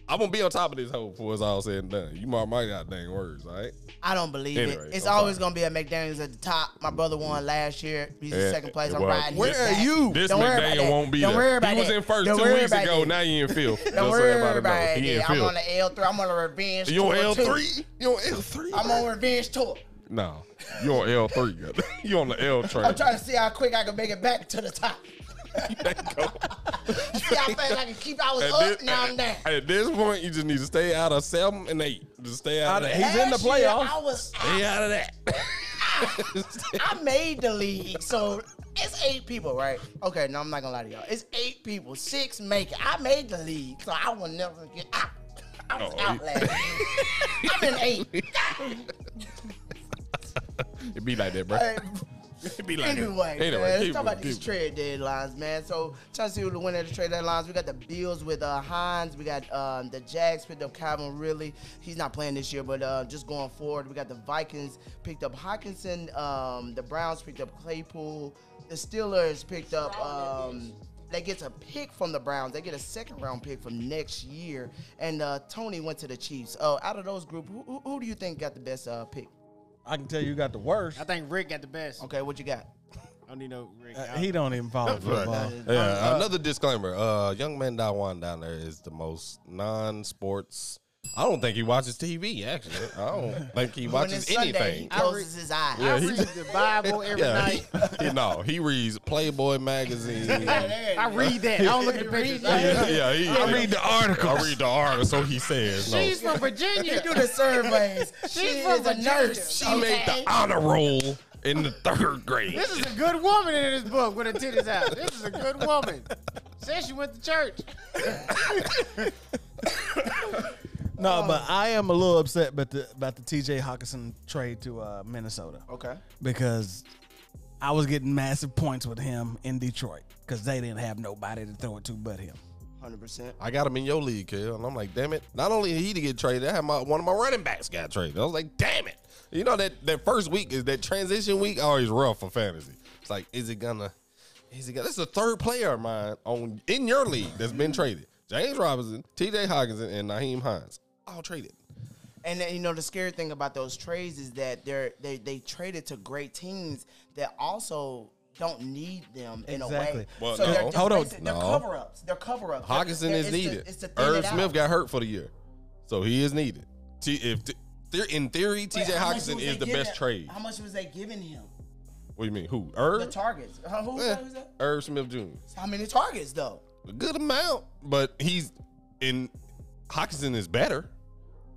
Speaker 1: I'm gonna be on top of this hoe before it's all said and done. You mark my goddamn words, all right?
Speaker 4: I don't believe
Speaker 1: Anyway,
Speaker 4: it. It's
Speaker 1: I'm
Speaker 4: always
Speaker 1: sorry.
Speaker 4: gonna be a McDaniel's at the top. My brother won last year. He's
Speaker 1: Yeah,
Speaker 4: in second place.
Speaker 1: it
Speaker 4: I'm
Speaker 1: was.
Speaker 4: riding. his
Speaker 3: Where are
Speaker 4: back.
Speaker 3: you?
Speaker 1: This
Speaker 4: Don't worry about
Speaker 1: McDaniel
Speaker 4: that.
Speaker 1: won't be
Speaker 4: Don't
Speaker 1: there.
Speaker 4: worry about
Speaker 1: he was
Speaker 4: that.
Speaker 1: in 1st
Speaker 4: Don't
Speaker 1: two
Speaker 4: worry
Speaker 1: weeks
Speaker 4: about
Speaker 1: ago.
Speaker 4: that.
Speaker 1: Now he in fifth. Just
Speaker 4: Don't
Speaker 1: so
Speaker 4: worry
Speaker 1: everybody
Speaker 4: about
Speaker 1: knows.
Speaker 4: it.
Speaker 1: He in
Speaker 4: I'm on
Speaker 1: fifth.
Speaker 4: the L three. I'm on a revenge.
Speaker 1: You on
Speaker 4: tour,
Speaker 1: L
Speaker 4: too.
Speaker 1: three? You on L three?
Speaker 4: I'm on revenge tour.
Speaker 1: No, you on L three. You on the L train?
Speaker 4: I'm trying to see how quick I can make it back to the top. see how fast I can keep. I was
Speaker 1: At
Speaker 4: up,
Speaker 1: this,
Speaker 4: now I'm down.
Speaker 1: at- at this point, you just need to stay out of seven and eight. Just stay out,
Speaker 3: Out
Speaker 1: of
Speaker 3: of
Speaker 1: that.
Speaker 3: eight. He's in the
Speaker 4: Last year,
Speaker 3: playoffs.
Speaker 4: I was.
Speaker 1: Stay out of that.
Speaker 4: I made the league, so it's eight people, right? Okay, no, I'm not gonna lie to y'all. It's eight people. Six make it. I made the league, so I will never get out. I was
Speaker 1: Oh,
Speaker 4: out
Speaker 1: you-
Speaker 4: last year. I'm in eight.
Speaker 1: It be like that, bro.
Speaker 4: Hey,
Speaker 1: It be like
Speaker 4: Anyway,
Speaker 1: that.
Speaker 4: man, let's
Speaker 1: keep
Speaker 4: talk
Speaker 1: it,
Speaker 4: about these
Speaker 1: keep it.
Speaker 4: trade deadlines, man. So, trying to see who the winner of the trade deadlines. We got the Bills with uh, Hines. We got um, the Jags picked up Calvin Ridley. He's not playing this year, but uh, just going forward, we got the Vikings picked up Hawkinson. Um, the Browns picked up Claypool. The Steelers picked up. Um, they get a pick from the Browns. They get a second round pick from next year. And uh, Tony went to the Chiefs. Oh, out of those group, who, who, who do you think got the best uh, pick?
Speaker 3: I can tell you got the worst.
Speaker 2: I think Rick got the best.
Speaker 4: Okay, what you got?
Speaker 2: I don't need no Rick.
Speaker 3: Uh,
Speaker 2: I-
Speaker 3: he don't even follow football.
Speaker 1: Yeah, another disclaimer. Uh, young man Dawan down there is the most non-sports. I don't think he watches TV. Actually, I don't think he
Speaker 4: When
Speaker 1: watches
Speaker 4: it's Sunday, he
Speaker 1: anything.
Speaker 4: closes his eyes.
Speaker 1: Yeah,
Speaker 2: I
Speaker 1: he
Speaker 2: read
Speaker 1: just-
Speaker 2: the Bible every
Speaker 1: Yeah,
Speaker 2: night.
Speaker 1: he- he- no, he reads Playboy magazine. yeah,
Speaker 2: I read that. I don't look at pictures.
Speaker 1: yeah, he, I read the article. I read the article. So he says, no.
Speaker 2: She's from Virginia.
Speaker 4: do the surveys.
Speaker 2: She's
Speaker 4: She is
Speaker 2: from
Speaker 4: a
Speaker 2: Virginia.
Speaker 4: nurse.
Speaker 1: She made the honor roll in the third grade.
Speaker 2: This is a good woman in this book with her titties out. This is a good woman. Says she went to church.
Speaker 4: Oh.
Speaker 3: No, but I am a little upset about the about the TJ Hawkinson trade to uh, Minnesota
Speaker 4: Okay.
Speaker 3: because I was getting massive points with him in Detroit because they didn't have nobody to throw it to but him.
Speaker 4: Hundred percent.
Speaker 1: I got him in your league, Kel. And I'm like, damn it. Not only did he to get traded, I had my one of my running backs got traded. I was like, damn it. You know that that first week is that transition week always rough for fantasy. It's like, is it gonna is it gonna this is the third player of mine on in your league that's been traded. James Robinson, TJ Hawkinson, and Naheem Hines. All traded.
Speaker 4: And then, you know the scary thing about those trades is that they're they they traded to great teams that also don't need them in a
Speaker 3: Exactly.
Speaker 4: way.
Speaker 1: Well,
Speaker 4: so
Speaker 1: no.
Speaker 4: they're, just
Speaker 3: Hold on.
Speaker 4: basic- they're
Speaker 1: No.
Speaker 4: cover ups. They're cover ups.
Speaker 1: Hawkinson is needed. Irv Smith got hurt for the year. So he is needed. T, if t- the- in theory, TJ Hawkinson is the best trade.
Speaker 4: How much was they giving him?
Speaker 1: What do you mean? Who?
Speaker 4: The
Speaker 1: Irv?
Speaker 4: targets. Huh, who, was
Speaker 1: Eh,
Speaker 4: that? Who's that?
Speaker 1: Irv Smith Jr.
Speaker 4: How many targets though?
Speaker 1: a good amount, but he's in Hawkinson is better.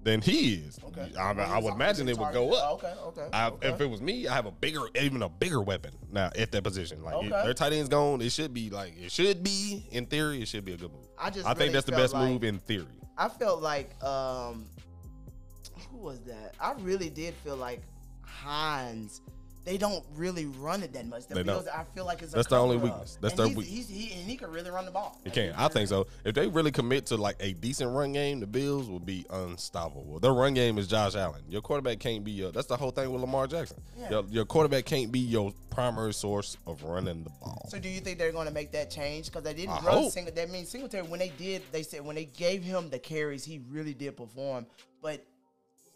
Speaker 1: than he is. I, I would imagine it would go up.
Speaker 4: Okay, okay.
Speaker 1: I,
Speaker 4: okay.
Speaker 1: If it was me, I have a bigger, even a bigger weapon now at that position. Like it-
Speaker 4: Okay.
Speaker 1: their tight end's gone, it should be like it should be in theory. It should be a good move.
Speaker 4: I just
Speaker 1: I
Speaker 4: really
Speaker 1: think that's the
Speaker 4: felt
Speaker 1: best
Speaker 4: like-
Speaker 1: move in theory.
Speaker 4: I felt like um who was that? I really did feel like Hines. They don't really run it that much. The
Speaker 1: They don't.
Speaker 4: Bills, I feel like it's a
Speaker 1: That's their only
Speaker 4: cover-up.
Speaker 1: weakness. That's
Speaker 4: And
Speaker 1: their
Speaker 4: he's-
Speaker 1: weakness.
Speaker 4: He's, he, and he can really run the ball.
Speaker 1: It can. I think so. If they really commit to like a decent run game, the Bills will be unstoppable. Their run game is Josh Allen. Your quarterback can't be your. That's the whole thing with Lamar Jackson.
Speaker 4: Yeah.
Speaker 1: Your, your quarterback can't be your primary source of running the ball.
Speaker 4: So do you think they're going to make that change? Because they didn't
Speaker 1: I
Speaker 4: run
Speaker 1: hope.
Speaker 4: single. That means Singletary. When they did, they said when they gave him the carries, he really did perform. But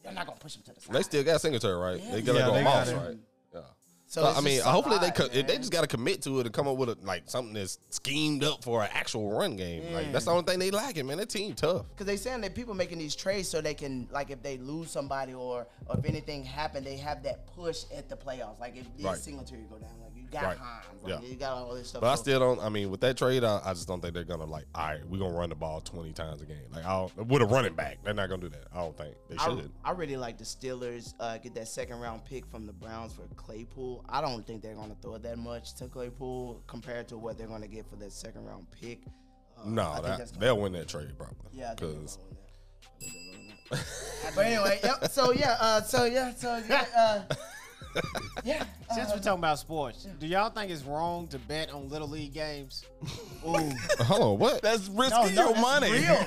Speaker 4: they're not going to push him to the side.
Speaker 1: They still got Singletary, right?
Speaker 4: Yeah.
Speaker 1: They got
Speaker 3: Yeah,
Speaker 1: like
Speaker 3: they
Speaker 1: on
Speaker 3: got
Speaker 1: Moss,
Speaker 3: him.
Speaker 1: right? Yeah.
Speaker 4: So
Speaker 1: So,
Speaker 4: it's
Speaker 1: I mean,
Speaker 4: just so
Speaker 1: hopefully they
Speaker 4: odd,
Speaker 1: co- they
Speaker 4: man.
Speaker 1: just got to commit to it and come up with a, like something that's schemed up for an actual run game. Like
Speaker 4: Mm.
Speaker 1: that's the only thing they lacking, man. That team tough.
Speaker 4: Because they saying that people making these trades so they can, like, if they lose somebody or, or if anything happened, they have that push at the playoffs. Like, if
Speaker 1: Right.
Speaker 4: this Singletary go down, like, you got
Speaker 1: Right.
Speaker 4: Hines. Like,
Speaker 1: Yeah.
Speaker 4: You got all this stuff.
Speaker 1: But I
Speaker 4: So-
Speaker 1: still don't. I mean, with that trade, I, I just don't think they're gonna like. All right, we're gonna run the ball twenty times a game. Like I'll, with a running back, they're not gonna do that. I don't think they
Speaker 4: I,
Speaker 1: should.
Speaker 4: I really like the Steelers uh, get that second round pick from the Browns for Claypool. I don't think they're going to throw that much to Claypool compared to what they're going to get for that second round pick. Uh, I
Speaker 1: no,
Speaker 4: think
Speaker 1: that,
Speaker 4: that's gonna-
Speaker 1: they'll win that trade probably.
Speaker 4: yeah, I think they're gonna
Speaker 1: because
Speaker 4: win that. I think they're gonna win that. but anyway, yep. So yeah, uh, so yeah, so yeah, uh, yeah. uh,
Speaker 2: Since we're talking about sports, do y'all think it's wrong to bet on little league games? Ooh,
Speaker 1: hold on, what?
Speaker 3: That's risking
Speaker 4: no,
Speaker 3: your
Speaker 4: that's
Speaker 3: money.
Speaker 4: real. oh,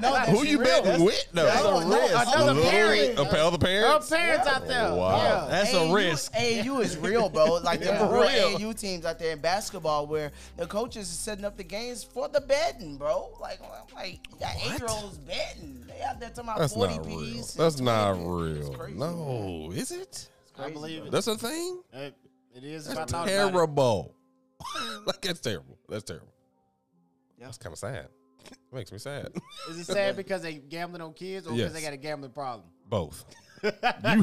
Speaker 2: no, that's
Speaker 1: Who you
Speaker 2: real.
Speaker 1: betting
Speaker 2: That's-
Speaker 1: with? No,
Speaker 3: that's
Speaker 1: Little-
Speaker 3: a risk.
Speaker 2: Another
Speaker 1: little-
Speaker 2: parent.
Speaker 1: a pal- other
Speaker 2: Our
Speaker 1: parents.
Speaker 2: parents out there.
Speaker 1: Wow.
Speaker 2: Yeah.
Speaker 3: That's a
Speaker 4: AAU
Speaker 3: risk.
Speaker 4: AAU is real, bro. Like there's
Speaker 3: Yeah.
Speaker 4: real,
Speaker 3: Real.
Speaker 4: AAU teams out there in basketball where the coaches are setting up the games for the betting, bro. Like, I'm like you got eight year olds betting. They out there talking about
Speaker 1: That's
Speaker 4: forty
Speaker 1: not real.
Speaker 4: Ps.
Speaker 1: That's not
Speaker 4: It's
Speaker 1: real.
Speaker 4: crazy,
Speaker 1: No, is it?
Speaker 2: I believe it.
Speaker 1: That's a thing.
Speaker 2: It- it is. if I
Speaker 1: That's
Speaker 2: thought about it.
Speaker 1: terrible. like that's terrible. That's terrible.
Speaker 4: Yeah.
Speaker 1: That's kind of sad. It makes me sad.
Speaker 2: Is it sad because they gambling on kids or
Speaker 1: Yes.
Speaker 2: because they got a gambling problem?
Speaker 1: Both. you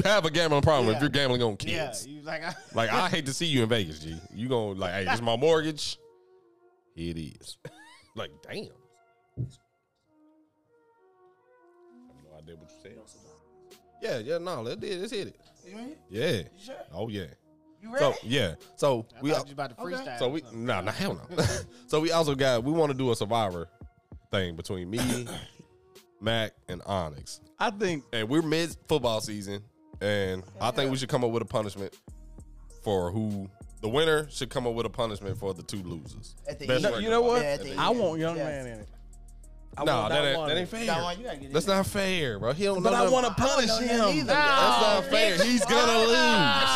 Speaker 1: have a gambling problem
Speaker 2: Yeah.
Speaker 1: if you're gambling on
Speaker 2: Yeah.
Speaker 1: kids.
Speaker 2: You like I,
Speaker 1: Like I hate to see you in Vegas, G. You gonna like, hey, this is my mortgage. It is. like, damn. I have no idea what you said. Yeah, yeah, no, let's hit it. Let's hit it.
Speaker 4: You mean?
Speaker 1: Yeah.
Speaker 4: sure?
Speaker 1: Oh yeah.
Speaker 4: You ready?
Speaker 1: So yeah. So
Speaker 2: I
Speaker 1: we
Speaker 2: thought you about to
Speaker 4: okay.
Speaker 2: freestyle.
Speaker 1: So
Speaker 2: or
Speaker 1: we
Speaker 2: something.
Speaker 1: no, no, hell no. so we also got we want to do a survivor thing between me, Mac, and Onyx.
Speaker 3: I think
Speaker 1: And we're mid football season, and I think we should come up with a punishment for who the winner should come up with a punishment for the two losers.
Speaker 4: At the
Speaker 1: Best
Speaker 4: end.
Speaker 3: No,
Speaker 1: record.
Speaker 3: you know what?
Speaker 4: Yeah, I think-
Speaker 3: I want young
Speaker 4: yeah.
Speaker 3: man in it. I
Speaker 1: No,
Speaker 3: want
Speaker 1: that ain't,
Speaker 3: one.
Speaker 1: that ain't
Speaker 4: Don Juan,
Speaker 1: fair.
Speaker 4: you gotta get
Speaker 1: That's
Speaker 4: in
Speaker 1: not fair, bro. He don't
Speaker 3: But
Speaker 1: know.
Speaker 3: I
Speaker 1: nothing-
Speaker 3: want to
Speaker 4: there. I
Speaker 3: punish
Speaker 4: don't know
Speaker 3: him.
Speaker 4: neither.
Speaker 1: That's not fair. He's gonna lose.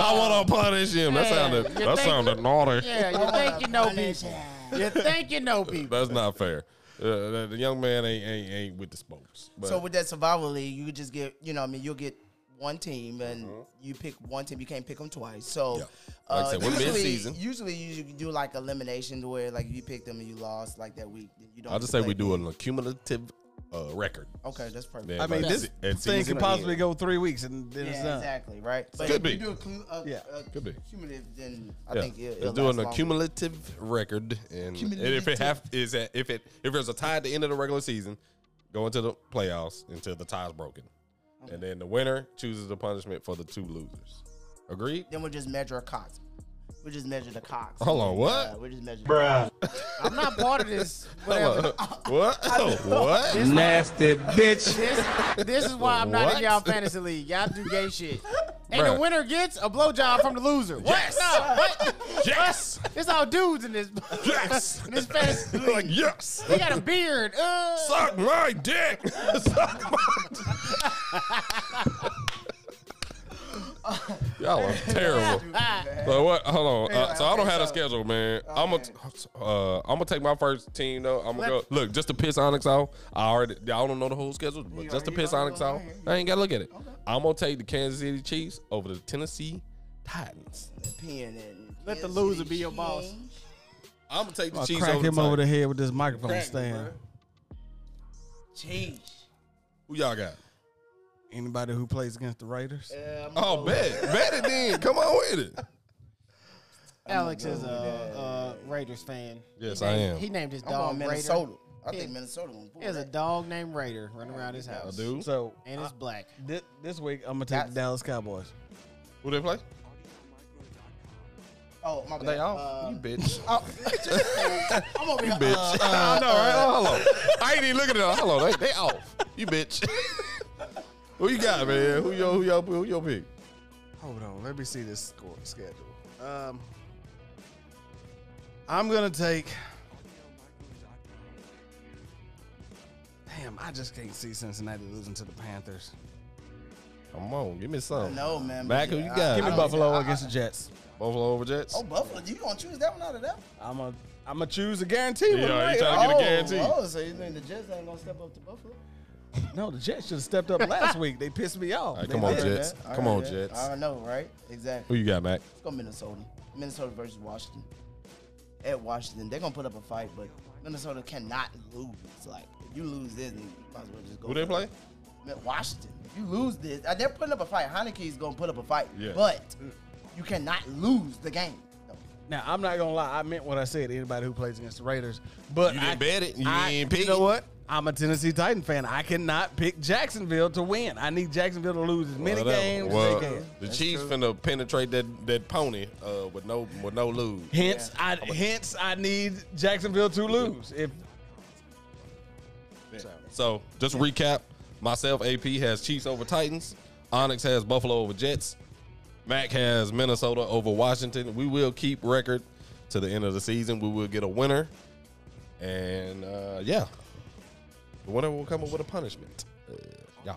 Speaker 1: I want to punish him. That sounded.
Speaker 2: you
Speaker 1: That
Speaker 2: think-
Speaker 1: sounded naughty.
Speaker 2: Yeah, you think you know
Speaker 4: Punish
Speaker 2: people.
Speaker 4: him.
Speaker 2: You think you know people.
Speaker 1: That's not fair. Uh, the, the young man ain't ain't, ain't with the spokes. But
Speaker 4: So with that survival league, you could just get, you know, I mean, you'll get one team and you pick one team. You can't pick them twice. So,
Speaker 1: Uh-huh. Yeah.
Speaker 4: uh,
Speaker 1: Like I said, we're
Speaker 4: usually-
Speaker 1: mid-season.
Speaker 4: Usually, you do like elimination to where like if you pick them and you lost like that week. then You don't.
Speaker 1: I'll
Speaker 4: have
Speaker 1: just
Speaker 4: to
Speaker 1: say
Speaker 4: play
Speaker 1: we do
Speaker 4: them.
Speaker 1: an accumulative uh, record.
Speaker 4: Okay, that's perfect.
Speaker 1: Then
Speaker 3: I mean,
Speaker 1: by
Speaker 3: this
Speaker 1: se- at
Speaker 3: thing
Speaker 1: season
Speaker 3: could possibly
Speaker 1: end.
Speaker 3: go three weeks and then
Speaker 4: Yeah,
Speaker 3: it's done.
Speaker 4: exactly. Right. But
Speaker 1: Could
Speaker 4: if
Speaker 1: be.
Speaker 4: You do a, clu- a,
Speaker 3: Yeah.
Speaker 4: a
Speaker 1: Could be.
Speaker 4: Cumulative, then I
Speaker 1: Yeah.
Speaker 4: think it, it'll
Speaker 1: Let's do an
Speaker 4: last longer.
Speaker 1: accumulative record, and, and if it have is at, if it if there's a tie at the end of the regular season, go into the playoffs until the tie's broken, and then the winner chooses the punishment for the two losers. Agreed?
Speaker 4: Then we'll just measure a cox. We'll just measure the cox.
Speaker 1: Hold on, what?
Speaker 4: Uh, we'll just measure. Bruh.
Speaker 2: I'm not part of this.
Speaker 1: Hold
Speaker 2: Whatever.
Speaker 1: on. what? what?
Speaker 5: Nasty bitch.
Speaker 2: This, this is why I'm not
Speaker 1: What?
Speaker 2: in y'all fantasy league. Y'all do gay shit. And
Speaker 1: Bruh.
Speaker 2: the winner gets a blowjob from the loser. What?
Speaker 1: Yes.
Speaker 2: No, what?
Speaker 1: Yes.
Speaker 2: It's all dudes in this.
Speaker 1: Yes.
Speaker 2: in this fantasy league.
Speaker 1: like yes.
Speaker 2: He got a beard. Uh,
Speaker 1: Suck my dick. Suck my dick. Y'all are terrible. So what? Hold on. Uh, so I don't have a schedule, man. I'm gonna uh, I'm gonna take my first team though. I'm gonna go look just to piss Onyx off. I already y'all don't know the whole schedule, but just to piss Onyx off, I ain't gotta look at it. I'm gonna take the Kansas City Chiefs over the Tennessee Titans.
Speaker 4: Pen and
Speaker 2: Let the loser be your boss.
Speaker 1: I'm gonna take the
Speaker 3: I'll
Speaker 1: Chiefs
Speaker 3: crack
Speaker 1: over
Speaker 3: him
Speaker 1: the
Speaker 3: over the
Speaker 1: Titans.
Speaker 3: head with this microphone stand.
Speaker 4: Jeez.
Speaker 1: Who y'all got?
Speaker 3: Anybody who plays against the Raiders,
Speaker 4: Yeah, I'm-
Speaker 1: Oh, bet, bet it then. Come on with it.
Speaker 2: Alex is a, a Raiders fan.
Speaker 1: Yes,
Speaker 2: he
Speaker 1: I
Speaker 2: named,
Speaker 1: am.
Speaker 2: He named his
Speaker 4: I'm
Speaker 2: dog
Speaker 4: on
Speaker 2: Raider.
Speaker 4: Minnesota. I think Minnesota won.
Speaker 2: There's a dog named Raider running around his house.
Speaker 1: dude.
Speaker 3: So
Speaker 2: And
Speaker 4: Uh,
Speaker 2: it's black.
Speaker 3: this, this week I'm gonna take the Dallas Cowboys.
Speaker 1: Who they play?
Speaker 4: Oh, my bad.
Speaker 1: They all.
Speaker 4: Uh,
Speaker 1: you bitch.
Speaker 4: I'm over here.
Speaker 1: bitch.
Speaker 4: uh,
Speaker 1: I know, right? Oh, hello. I ain't even looking at it. Hello, they, they off. You bitch. who you got, man? Who your who your who your pick?
Speaker 3: Hold on, let me see this score schedule. Um, I'm gonna take. Damn, I just can't see Cincinnati losing to the Panthers.
Speaker 1: Come on, give me some.
Speaker 4: Uh, no, man.
Speaker 1: Mac,
Speaker 4: but
Speaker 1: who you
Speaker 4: yeah,
Speaker 1: got?
Speaker 4: I-
Speaker 3: Give
Speaker 4: I
Speaker 3: me
Speaker 4: don't-
Speaker 3: Buffalo
Speaker 4: I- I-
Speaker 3: against the Jets.
Speaker 1: Buffalo over Jets.
Speaker 4: Oh, Buffalo. You gonna choose that one out of that? one?
Speaker 3: I'm a I'm a choose a guarantee.
Speaker 1: Yeah,
Speaker 3: one,
Speaker 1: you
Speaker 3: right?
Speaker 1: tryna get a
Speaker 4: oh,
Speaker 1: guarantee.
Speaker 4: Oh, so you think the Jets ain't gonna step up to Buffalo?
Speaker 3: No, the Jets should have stepped up last week. They pissed me off.
Speaker 1: All right,
Speaker 3: They
Speaker 1: come on,
Speaker 3: did.
Speaker 4: Yeah,
Speaker 1: Jets.
Speaker 4: I
Speaker 1: Come
Speaker 4: heard
Speaker 1: on,
Speaker 4: that.
Speaker 1: Jets.
Speaker 4: I know, right?
Speaker 1: Who
Speaker 4: Exactly.
Speaker 1: you got, Mac?
Speaker 4: Let's go Minnesota. Minnesota versus Washington. At Washington, they're gonna put up a fight, but Minnesota cannot lose. Like, if you lose this, then you might as well just go.
Speaker 1: Who they
Speaker 4: for
Speaker 1: play?
Speaker 4: it. Man, Washington. If you lose this, uh, they're putting up a fight. Heineke is gonna put up a fight,
Speaker 1: Yeah.
Speaker 4: but you cannot lose the game. No.
Speaker 3: Now I'm not gonna lie, I meant what I said. Anybody who plays against the Raiders, but
Speaker 1: You didn't
Speaker 3: I-
Speaker 1: bet it. You
Speaker 3: I-
Speaker 1: didn't pick
Speaker 3: You know
Speaker 1: it.
Speaker 3: what? I'm a Tennessee Titan fan. I cannot pick Jacksonville to win. I need Jacksonville to lose as many
Speaker 1: Whatever.
Speaker 3: games
Speaker 1: Well,
Speaker 3: as they can.
Speaker 1: the Chiefs finna penetrate that that pony uh, with no with no lose.
Speaker 3: Hence, I hence I need Jacksonville to lose. If
Speaker 1: So just to recap, myself AP has Chiefs over Titans. Onyx has Buffalo over Jets. Mac has Minnesota over Washington. We will keep record to the end of the season. We will get a winner, and uh, yeah, the winner will come up with a punishment. Uh, yeah,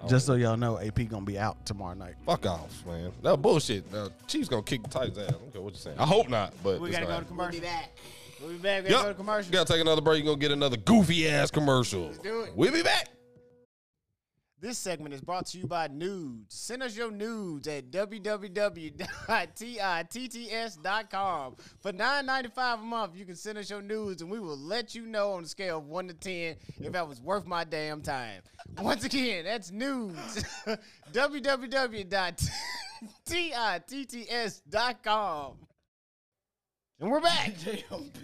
Speaker 3: Oh. just so y'all know, AP gonna be out tomorrow night.
Speaker 1: fuck off, man. That bullshit. The Chiefs gonna kick the Titans ass. I don't care what you're saying. I hope not, but
Speaker 2: We
Speaker 1: it's
Speaker 2: gotta
Speaker 1: gonna happen.
Speaker 2: go to
Speaker 4: We'll be
Speaker 2: commercial.
Speaker 4: back.
Speaker 2: We'll be back. We gotta
Speaker 1: Yep.
Speaker 2: go to commercial.
Speaker 1: Gotta take another break. You're gonna get another goofy ass commercial.
Speaker 2: do it.
Speaker 1: We'll be back.
Speaker 2: This segment is brought to you by Nudes. Send us your nudes at www.titts.com. For $9.95 a month, you can send us your nudes, and we will let you know on a scale of 1 to 10 if that was worth my damn time. Once again, that's nudes. www.titts.com. And we're back.
Speaker 4: Damn,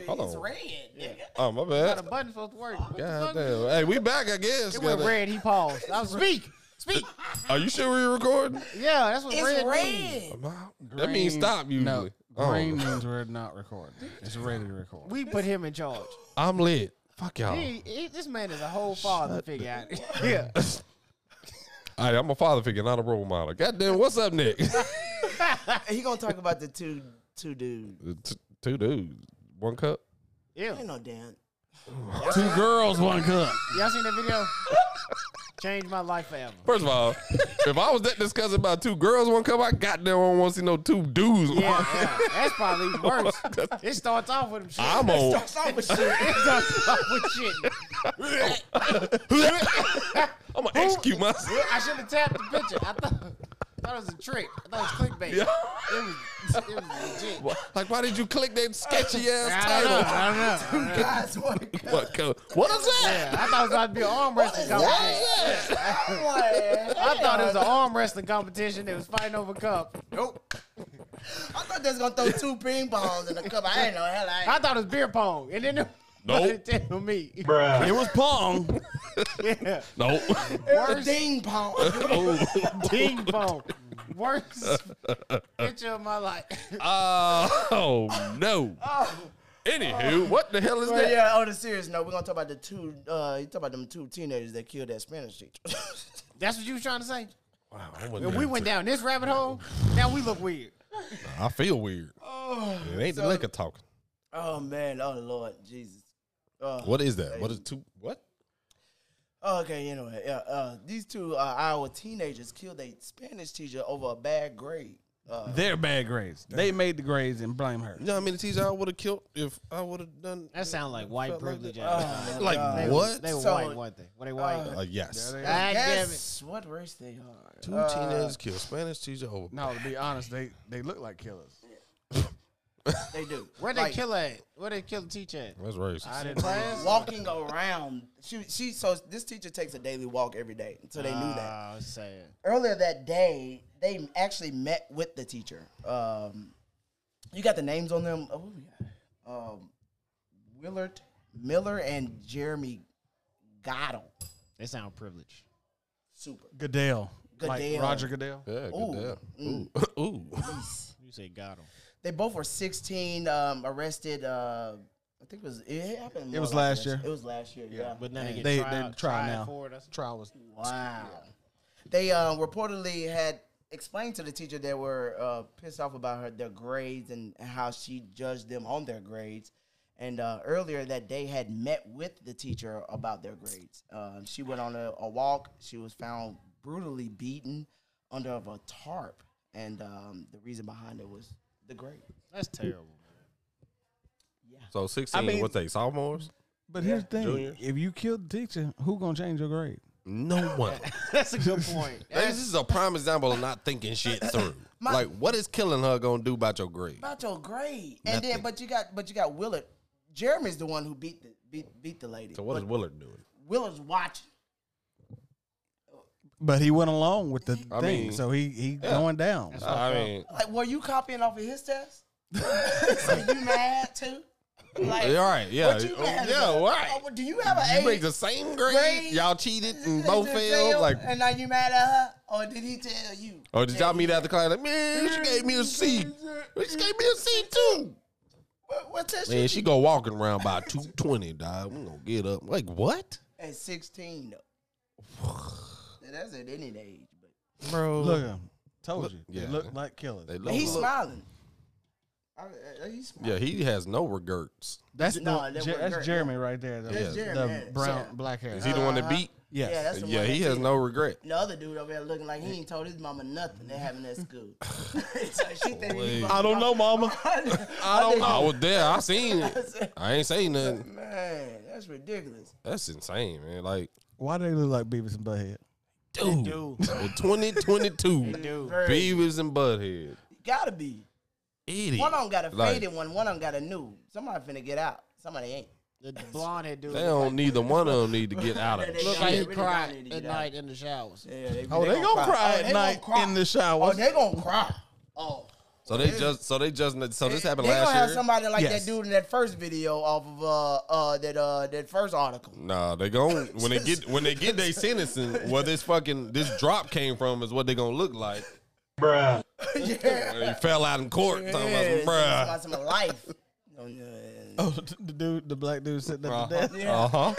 Speaker 1: Hold
Speaker 4: it's
Speaker 1: on.
Speaker 4: red. nigga.
Speaker 1: Oh my
Speaker 2: How
Speaker 1: bad.
Speaker 2: the button's supposed to work. What the
Speaker 1: God
Speaker 2: fuck?
Speaker 1: damn. Hey, we back, I guess.
Speaker 2: It went
Speaker 1: Gotta-
Speaker 2: red. He paused. I was speak. Speak.
Speaker 1: Are you sure we recording?
Speaker 2: Yeah, that's what
Speaker 4: It's
Speaker 2: red, means.
Speaker 4: red.
Speaker 1: that means stop usually. Oh,
Speaker 3: means we're not recording. It's ready to record.
Speaker 2: We put him in charge.
Speaker 1: I'm lit. Fuck y'all. All
Speaker 2: He, he- this man is a whole father figure. out yeah.
Speaker 1: right, I'm a father figure, not a role model. Goddamn, what's up, Nick?
Speaker 4: He gonna talk about the two two dudes.
Speaker 1: T- two dudes, one cup.
Speaker 2: Yeah.
Speaker 4: Ain't no damn.
Speaker 3: Two girls, one cup.
Speaker 2: Y'all seen that video? Changed my life forever.
Speaker 1: First of all, if I was that discussing about two girls, one cup, I goddamn will not want to see no two dudes.
Speaker 2: Yeah, yeah. That's probably even worse. It starts off with him shit.
Speaker 1: I'm on.
Speaker 2: it starts off with shit.
Speaker 1: I'm gonna execute myself.
Speaker 2: I should have tapped the picture. I thought, thought it was a trick. I thought it was clickbait.
Speaker 1: Yeah.
Speaker 2: It, was, it was legit.
Speaker 1: Like, why did you click that sketchy ass
Speaker 2: I don't know.
Speaker 1: title?
Speaker 2: I don't know. I don't know.
Speaker 4: Guys, what?
Speaker 1: What, cup? what is that?
Speaker 2: Yeah, I thought it was about to be an arm wrestling competition.
Speaker 4: I'm like,
Speaker 2: I thought it was an arm wrestling competition. They was fighting over cup. Nope.
Speaker 4: I thought they was gonna throw two ping pongs in the cup. I ain't know. Hell, I ain't.
Speaker 2: I thought it was beer pong, and then
Speaker 1: Nope.
Speaker 2: it was me.
Speaker 3: It was Pong.
Speaker 2: Yeah,
Speaker 1: No.
Speaker 4: It's a ding pong.
Speaker 2: ding pong, worst picture of my life.
Speaker 1: oh no. Anywho, what the hell is
Speaker 4: But
Speaker 1: that?
Speaker 4: yeah, on a serious note, we're gonna talk about the two. Uh, you talk about them two teenagers that killed that Spanish teacher.
Speaker 2: That's what you was trying to say.
Speaker 1: Wow, I wasn't
Speaker 2: If
Speaker 1: there
Speaker 2: we went
Speaker 1: to-
Speaker 2: down this rabbit hole, now we look weird.
Speaker 1: I feel weird. it ain't the liquor talking.
Speaker 4: oh man, oh lord, Jesus. Uh,
Speaker 1: What is that? What is two? What?
Speaker 4: Okay, anyway, yeah, uh, these two uh, Iowa teenagers killed a Spanish teacher over a bad grade. Uh,
Speaker 3: They're bad grades. They made the grades and blame her.
Speaker 1: You know how many teachers I would have killed if I would have done?
Speaker 2: That sound like white privilege.
Speaker 4: uh,
Speaker 1: Like
Speaker 2: they
Speaker 1: what?
Speaker 2: Were, they were
Speaker 4: So-
Speaker 2: white, weren't they? Were they white?
Speaker 1: Oh, Uh, yes.
Speaker 3: they-
Speaker 2: God damn it!
Speaker 4: guess what race they are. Uh,
Speaker 1: Two teenagers killed Spanish teacher over.
Speaker 3: No, to be honest, they they look like killers.
Speaker 4: They do.
Speaker 2: Where they
Speaker 4: Like,
Speaker 2: kill at? Where they kill the teacher at?
Speaker 1: That's racist.
Speaker 2: I didn't class.
Speaker 4: Walking around, she she. So this teacher takes a daily walk every day, so they knew that.
Speaker 2: Oh, sad.
Speaker 4: earlier that day, they actually met with the teacher. Um, you got the names on them. Oh, yeah. Um, Willard Miller and Jeremy Goddard.
Speaker 2: They sound privileged.
Speaker 4: Super.
Speaker 3: Goodell.
Speaker 4: Goodell.
Speaker 3: Like Roger Goodell.
Speaker 1: Yeah,
Speaker 4: Ooh.
Speaker 1: good
Speaker 4: Mm.
Speaker 1: damn. Ooh.
Speaker 2: You say got them.
Speaker 4: They both were 16 um, arrested. Uh, I think it was it happened. more
Speaker 3: was
Speaker 4: like
Speaker 3: last
Speaker 4: this.
Speaker 3: year.
Speaker 4: It was last year. Yeah.
Speaker 2: But now they get
Speaker 3: They- they try
Speaker 2: tried, tried
Speaker 3: now.
Speaker 2: for it. That's-
Speaker 3: Trial was
Speaker 4: Mm. Wow. They uh, reportedly had explained to the teacher they were uh, pissed off about her their grades and how she judged them on their grades. And uh, earlier that day, had met with the teacher about their grades. Uh, she went on a, a walk. She was found brutally beaten under of a tarp, and um, the reason behind it was the grade.
Speaker 2: That's terrible.
Speaker 1: So 16,
Speaker 3: I mean-
Speaker 1: what they, sophomores?
Speaker 3: But here's the thing:
Speaker 1: Junior.
Speaker 3: if you kill the teacher, who gonna change your grade?
Speaker 1: No one.
Speaker 2: That's a good point.
Speaker 1: this is a prime example of not thinking shit through. like, what is killing her gonna do about your grade?
Speaker 4: About your grade, and
Speaker 1: Nothing.
Speaker 4: then but you got but you got Willard. Jeremy's the one who beat the beat, beat the lady.
Speaker 1: So what is Willard doing?
Speaker 4: Willard's watching.
Speaker 3: But he went along with the
Speaker 1: I
Speaker 3: thing,
Speaker 1: mean,
Speaker 3: so he he going down.
Speaker 1: I mean,
Speaker 4: Like, were you copying off of his test? so you mad too? Like,
Speaker 1: all right, yeah,
Speaker 4: what you
Speaker 1: Oh,
Speaker 4: mad
Speaker 1: yeah,
Speaker 4: about?
Speaker 1: right.
Speaker 4: Oh, do you have an
Speaker 1: You
Speaker 4: A?
Speaker 1: make the same grade.
Speaker 4: grade.
Speaker 1: Y'all cheated and
Speaker 4: Did
Speaker 1: both
Speaker 4: you
Speaker 1: failed.
Speaker 4: tell-
Speaker 1: Like,
Speaker 4: and now you mad at her, or did he tell you?
Speaker 1: or did
Speaker 4: that
Speaker 1: y'all
Speaker 4: he-
Speaker 1: meet after class? Like, man, she gave me a C. She gave me a C too.
Speaker 4: What, what test?
Speaker 1: Man,
Speaker 4: you
Speaker 1: she
Speaker 4: she
Speaker 1: go walking around by two twenty. Dog, we gonna get up. Like what,
Speaker 4: at sixteen though. Now, That's at any age, but
Speaker 1: bro?
Speaker 3: Look, at him. told you,
Speaker 1: yeah.
Speaker 3: they look like killers.
Speaker 1: They
Speaker 4: and
Speaker 1: look-
Speaker 4: he's
Speaker 1: look-
Speaker 4: smiling. I, I, he's smiling.
Speaker 1: Yeah, he has no regrets.
Speaker 3: That's
Speaker 4: No,
Speaker 3: the,
Speaker 4: that
Speaker 3: Je-
Speaker 4: wasn't
Speaker 3: that's
Speaker 4: great.
Speaker 3: Jeremy right there. The,
Speaker 4: That's
Speaker 3: the
Speaker 4: Jeremy, yeah.
Speaker 3: brown
Speaker 4: So-
Speaker 3: black hair.
Speaker 1: Is he the one that beat?
Speaker 3: yes.
Speaker 4: Yeah, Uh, that's the
Speaker 1: yeah,
Speaker 4: one
Speaker 1: he
Speaker 4: that
Speaker 1: has
Speaker 4: did.
Speaker 1: no regret.
Speaker 4: The other dude over there looking like he ain't told his mama nothing. They having that school. so she think he
Speaker 1: Wait.
Speaker 4: I
Speaker 3: don't know, Mama.
Speaker 1: I don't know. I was there. I seen it. I ain't saying nothing.
Speaker 4: Man, that's ridiculous.
Speaker 1: That's insane, man. Like,
Speaker 3: Why do they look like Beavis and Butthead?
Speaker 1: dude,
Speaker 2: do.
Speaker 1: in 2022,
Speaker 2: do.
Speaker 4: Very-
Speaker 1: Beavers and Butthead,
Speaker 4: Gotta be.
Speaker 1: idiot.
Speaker 4: One of them got a
Speaker 1: Like-
Speaker 4: faded one. One of them got a new. Somebody finna get out. Somebody ain't.
Speaker 2: The blonde head dude.
Speaker 1: They don't. Neither one of them need to get out of.
Speaker 4: They
Speaker 1: it.
Speaker 2: Look like he
Speaker 4: really don't need
Speaker 2: cried
Speaker 4: to
Speaker 2: at
Speaker 4: get out.
Speaker 2: night in the showers.
Speaker 4: Yeah, they,
Speaker 3: Oh, they, gonna, cry at night in the shower.
Speaker 4: Oh, they gonna cry. Oh.
Speaker 1: So they just. So they just. So this happened
Speaker 4: they gonna have
Speaker 1: last year.
Speaker 4: somebody like
Speaker 3: Yes.
Speaker 4: that dude in that first video off of uh uh that uh that first article.
Speaker 1: Nah, they gon' when they get when they get their sentencing where this fucking this drop came from is what they gonna look like.
Speaker 4: yeah.
Speaker 1: They fell out in court talking
Speaker 4: It's
Speaker 1: about
Speaker 4: about some life. Oh, yeah.
Speaker 3: oh, the dude, the black dude sitting at the
Speaker 1: some
Speaker 3: desk.
Speaker 1: bruh. Uh huh.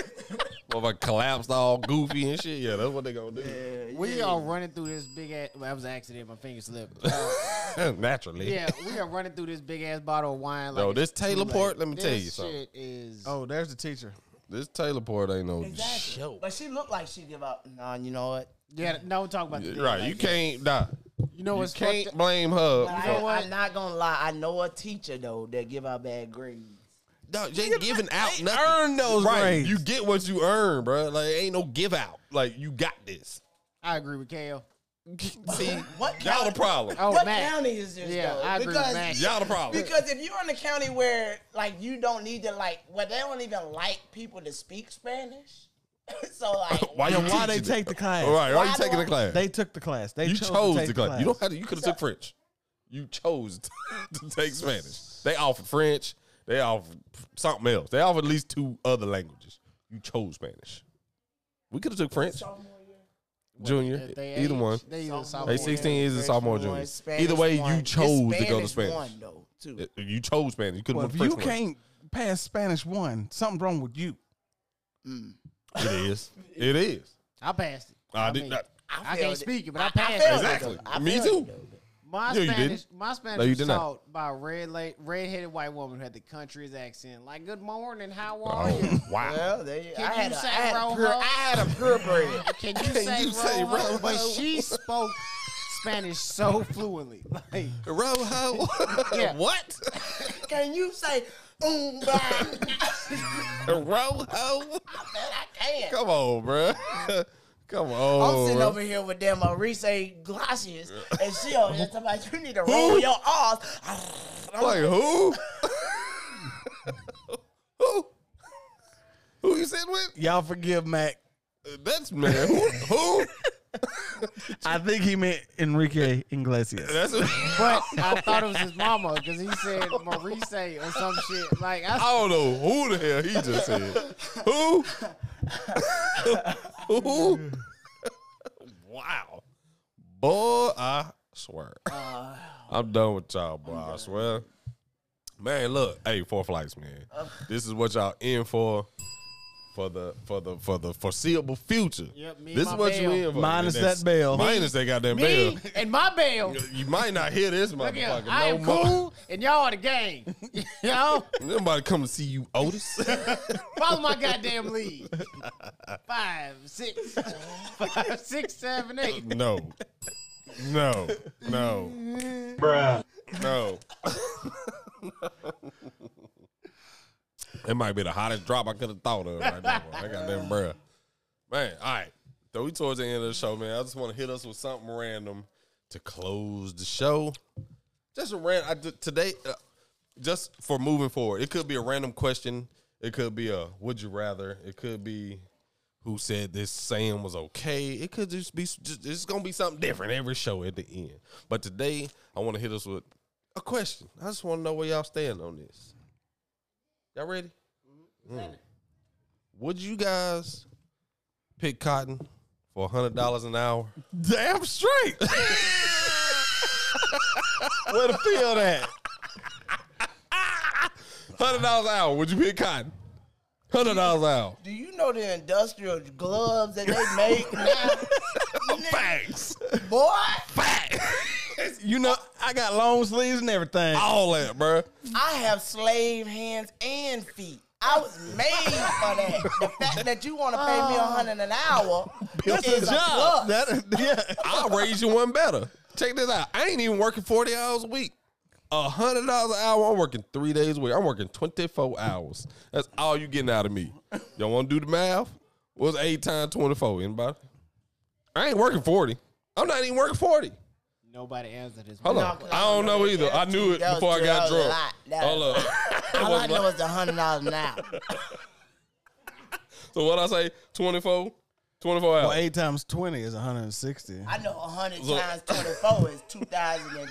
Speaker 1: Well, if I collapsed all goofy and shit, yeah, that's what they gonna do
Speaker 2: We are running through this big ass. Well, that was an accident. My finger slipped.
Speaker 1: naturally.
Speaker 2: yeah, we are running through this big ass bottle of wine. Like
Speaker 1: Yo, this
Speaker 2: it's too
Speaker 1: Taylor
Speaker 2: late.
Speaker 1: Port, let me
Speaker 2: This
Speaker 1: tell you something.
Speaker 2: Shit is
Speaker 3: Oh, there's the teacher.
Speaker 1: This Taylor Port ain't no
Speaker 4: Exactly. But she looked like she give up. Nah, you know what?
Speaker 2: yeah. No, talk about the
Speaker 1: shit. Right, you can't nah.
Speaker 2: You know
Speaker 1: You
Speaker 2: what's fucked
Speaker 1: can't
Speaker 2: up?
Speaker 1: blame her.
Speaker 4: I,
Speaker 1: for-
Speaker 4: I'm not gonna lie. I know a teacher though that give out bad grades.
Speaker 1: No, they ain't giving out nothing.
Speaker 3: earn those
Speaker 1: right.
Speaker 3: grades.
Speaker 1: You get what you earn, bro. Like ain't no give out. Like you got this.
Speaker 2: I agree with Kale.
Speaker 1: See,
Speaker 4: What
Speaker 1: y'all the
Speaker 4: kind-
Speaker 1: problem.
Speaker 2: Oh,
Speaker 4: what
Speaker 2: Mac.
Speaker 4: county is this?
Speaker 2: Yeah,
Speaker 4: though?
Speaker 2: I agree with
Speaker 4: because,
Speaker 2: Mac.
Speaker 1: Y'all the problem.
Speaker 4: Because if you're in a county where like you don't need to like, well, they don't even like people to speak Spanish. so like,
Speaker 1: Why you
Speaker 3: Then why they
Speaker 1: teaching it?
Speaker 3: take the class?
Speaker 1: All right, why
Speaker 4: Why
Speaker 1: you
Speaker 4: do
Speaker 1: taking
Speaker 4: I-
Speaker 1: the class?
Speaker 3: They took the class. They
Speaker 1: you
Speaker 3: chose,
Speaker 1: chose,
Speaker 3: to take
Speaker 1: the class. You don't have to. You could have took French. You chose to, to take Spanish. They offer French. They offer something else. They offer at least two other languages. You chose Spanish. We could have took French, junior,
Speaker 2: If
Speaker 1: either
Speaker 2: age,
Speaker 1: one.
Speaker 2: They either sophomore.
Speaker 1: They sixteen is a sophomore,
Speaker 4: French
Speaker 1: junior.
Speaker 4: one, Spanish
Speaker 1: Either way, you
Speaker 4: one.
Speaker 1: chose to go to
Speaker 4: Hispanic
Speaker 1: Spanish.
Speaker 4: One, though, too.
Speaker 1: Uh, You chose Spanish. You could
Speaker 3: Well,
Speaker 1: have
Speaker 3: if
Speaker 1: went
Speaker 3: you
Speaker 1: to French
Speaker 3: can't pass Spanish one, something wrong with you.
Speaker 1: one. It is. It is.
Speaker 2: I passed it.
Speaker 1: I did
Speaker 2: mean,
Speaker 1: not-
Speaker 2: I,
Speaker 4: failed
Speaker 2: can't
Speaker 4: it.
Speaker 2: speak it, but I,
Speaker 4: I failed
Speaker 2: passed it.
Speaker 4: it,
Speaker 1: Exactly.
Speaker 4: though. I
Speaker 1: Me
Speaker 4: failed
Speaker 1: too.
Speaker 4: it, though.
Speaker 2: My
Speaker 1: No, you
Speaker 2: Spanish,
Speaker 1: didn't.
Speaker 2: my Spanish
Speaker 1: No, you
Speaker 2: was
Speaker 1: did not.
Speaker 2: taught by a red late red-headed white woman who had the country's accent. Like, good morning, how are you?
Speaker 1: Oh, wow.
Speaker 4: Well, there you, I
Speaker 2: Can you
Speaker 4: had a, I
Speaker 2: say
Speaker 4: had a
Speaker 2: Rojo?
Speaker 4: pure, I had a purebred.
Speaker 2: Can you say,
Speaker 1: you say
Speaker 2: Rojo?
Speaker 1: Rojo?
Speaker 2: But she spoke Spanish so fluently. Like,
Speaker 1: Rojo.
Speaker 2: Yeah.
Speaker 1: what?
Speaker 4: Can you say, um, bah?
Speaker 1: Rojo.
Speaker 4: Man, I can't.
Speaker 1: Come on, bro. Come
Speaker 4: I'm
Speaker 1: on.
Speaker 4: sitting
Speaker 1: bruh.
Speaker 4: over here with them Maurice Glossius, and she over there talking about you need to roll your R's.
Speaker 1: I'm like, who? who? Who you sitting with?
Speaker 3: Y'all forgive Mac.
Speaker 1: That's man. Who? who?
Speaker 3: I think he meant Enrique Iglesias.
Speaker 1: That's what,
Speaker 2: But I thought it was his mama because he said Maurice or some shit. Like I,
Speaker 4: Oh,
Speaker 1: I don't know who the hell he just said. Who? who? wow. Boy, I swear.
Speaker 2: Uh,
Speaker 1: I'm done with y'all, boy. I swear. Man, look. Hey, four flights, man.
Speaker 2: Uh,
Speaker 1: This is what y'all in for. For the for the for the foreseeable future.
Speaker 2: Yep, me and
Speaker 1: this
Speaker 2: my
Speaker 1: is what you
Speaker 2: bell.
Speaker 1: in for.
Speaker 3: Minus
Speaker 1: And that's-
Speaker 3: that bell.
Speaker 1: Minus that goddamn
Speaker 2: me
Speaker 1: bell.
Speaker 2: and my bail.
Speaker 1: You might not hear this
Speaker 2: Look here,
Speaker 1: motherfucker.
Speaker 2: I
Speaker 1: no
Speaker 2: am
Speaker 1: more.
Speaker 2: cool and y'all are the gang. you know,
Speaker 1: Nobody come to see you, Otis.
Speaker 2: follow my goddamn lead. Five, six, five, six, seven, eight.
Speaker 1: No. No. No. Bruh. No. it might be the hottest drop I could have thought of right now. I got that bruh. Man, all right. So we towards the end of the show, man. I just want to hit us with something random to close the show. Just a random I did, today uh, just for moving forward. It could be a random question. It could be a would you rather. It could be who said this saying was okay. It could just be just, it's gonna be something different every show at the end. But today I want to hit us with a question. I just want to know where y'all stand on this. Y'all ready? Mm. Would you guys pick cotton for hundred dollars an hour?
Speaker 3: Damn straight. Where the field at?
Speaker 1: Hundred dollars an hour? Would you pick cotton? Hundred dollars an hour.
Speaker 4: Do you know the industrial gloves that they make now?
Speaker 1: Facts.
Speaker 4: Boy,
Speaker 1: Facts.
Speaker 3: You know, I got long sleeves and everything.
Speaker 1: All that, bruh.
Speaker 4: I have slave hands and feet. I was made for that. The fact that you want to pay me a hundred an hour
Speaker 3: That's
Speaker 4: is
Speaker 3: a job.
Speaker 4: plus.
Speaker 3: That, yeah.
Speaker 1: I'll raise you one better. Check this out. I ain't even working 40 hours a week. A hundred dollars an hour. I'm working three days a week. I'm working 24 hours. That's all you getting out of me. Y'all wanna do the math? What's eight times 24? Anybody? I ain't working 40. I'm not even working 40.
Speaker 2: Nobody answered this.
Speaker 1: Hold
Speaker 4: No,
Speaker 1: on.
Speaker 4: 'cause
Speaker 1: I don't know either. I knew it
Speaker 4: That was
Speaker 1: before I
Speaker 4: true.
Speaker 1: got
Speaker 4: That was a
Speaker 1: drunk.
Speaker 4: lot. That
Speaker 1: Hold
Speaker 4: was-
Speaker 1: up.
Speaker 4: All I know is the hundred dollars an hour.
Speaker 1: So what I say? 24? 24 hours.
Speaker 3: Well, Oh, eight times 20 is 160.
Speaker 4: I know a hundred
Speaker 1: Look.
Speaker 4: times twenty four is two thousand and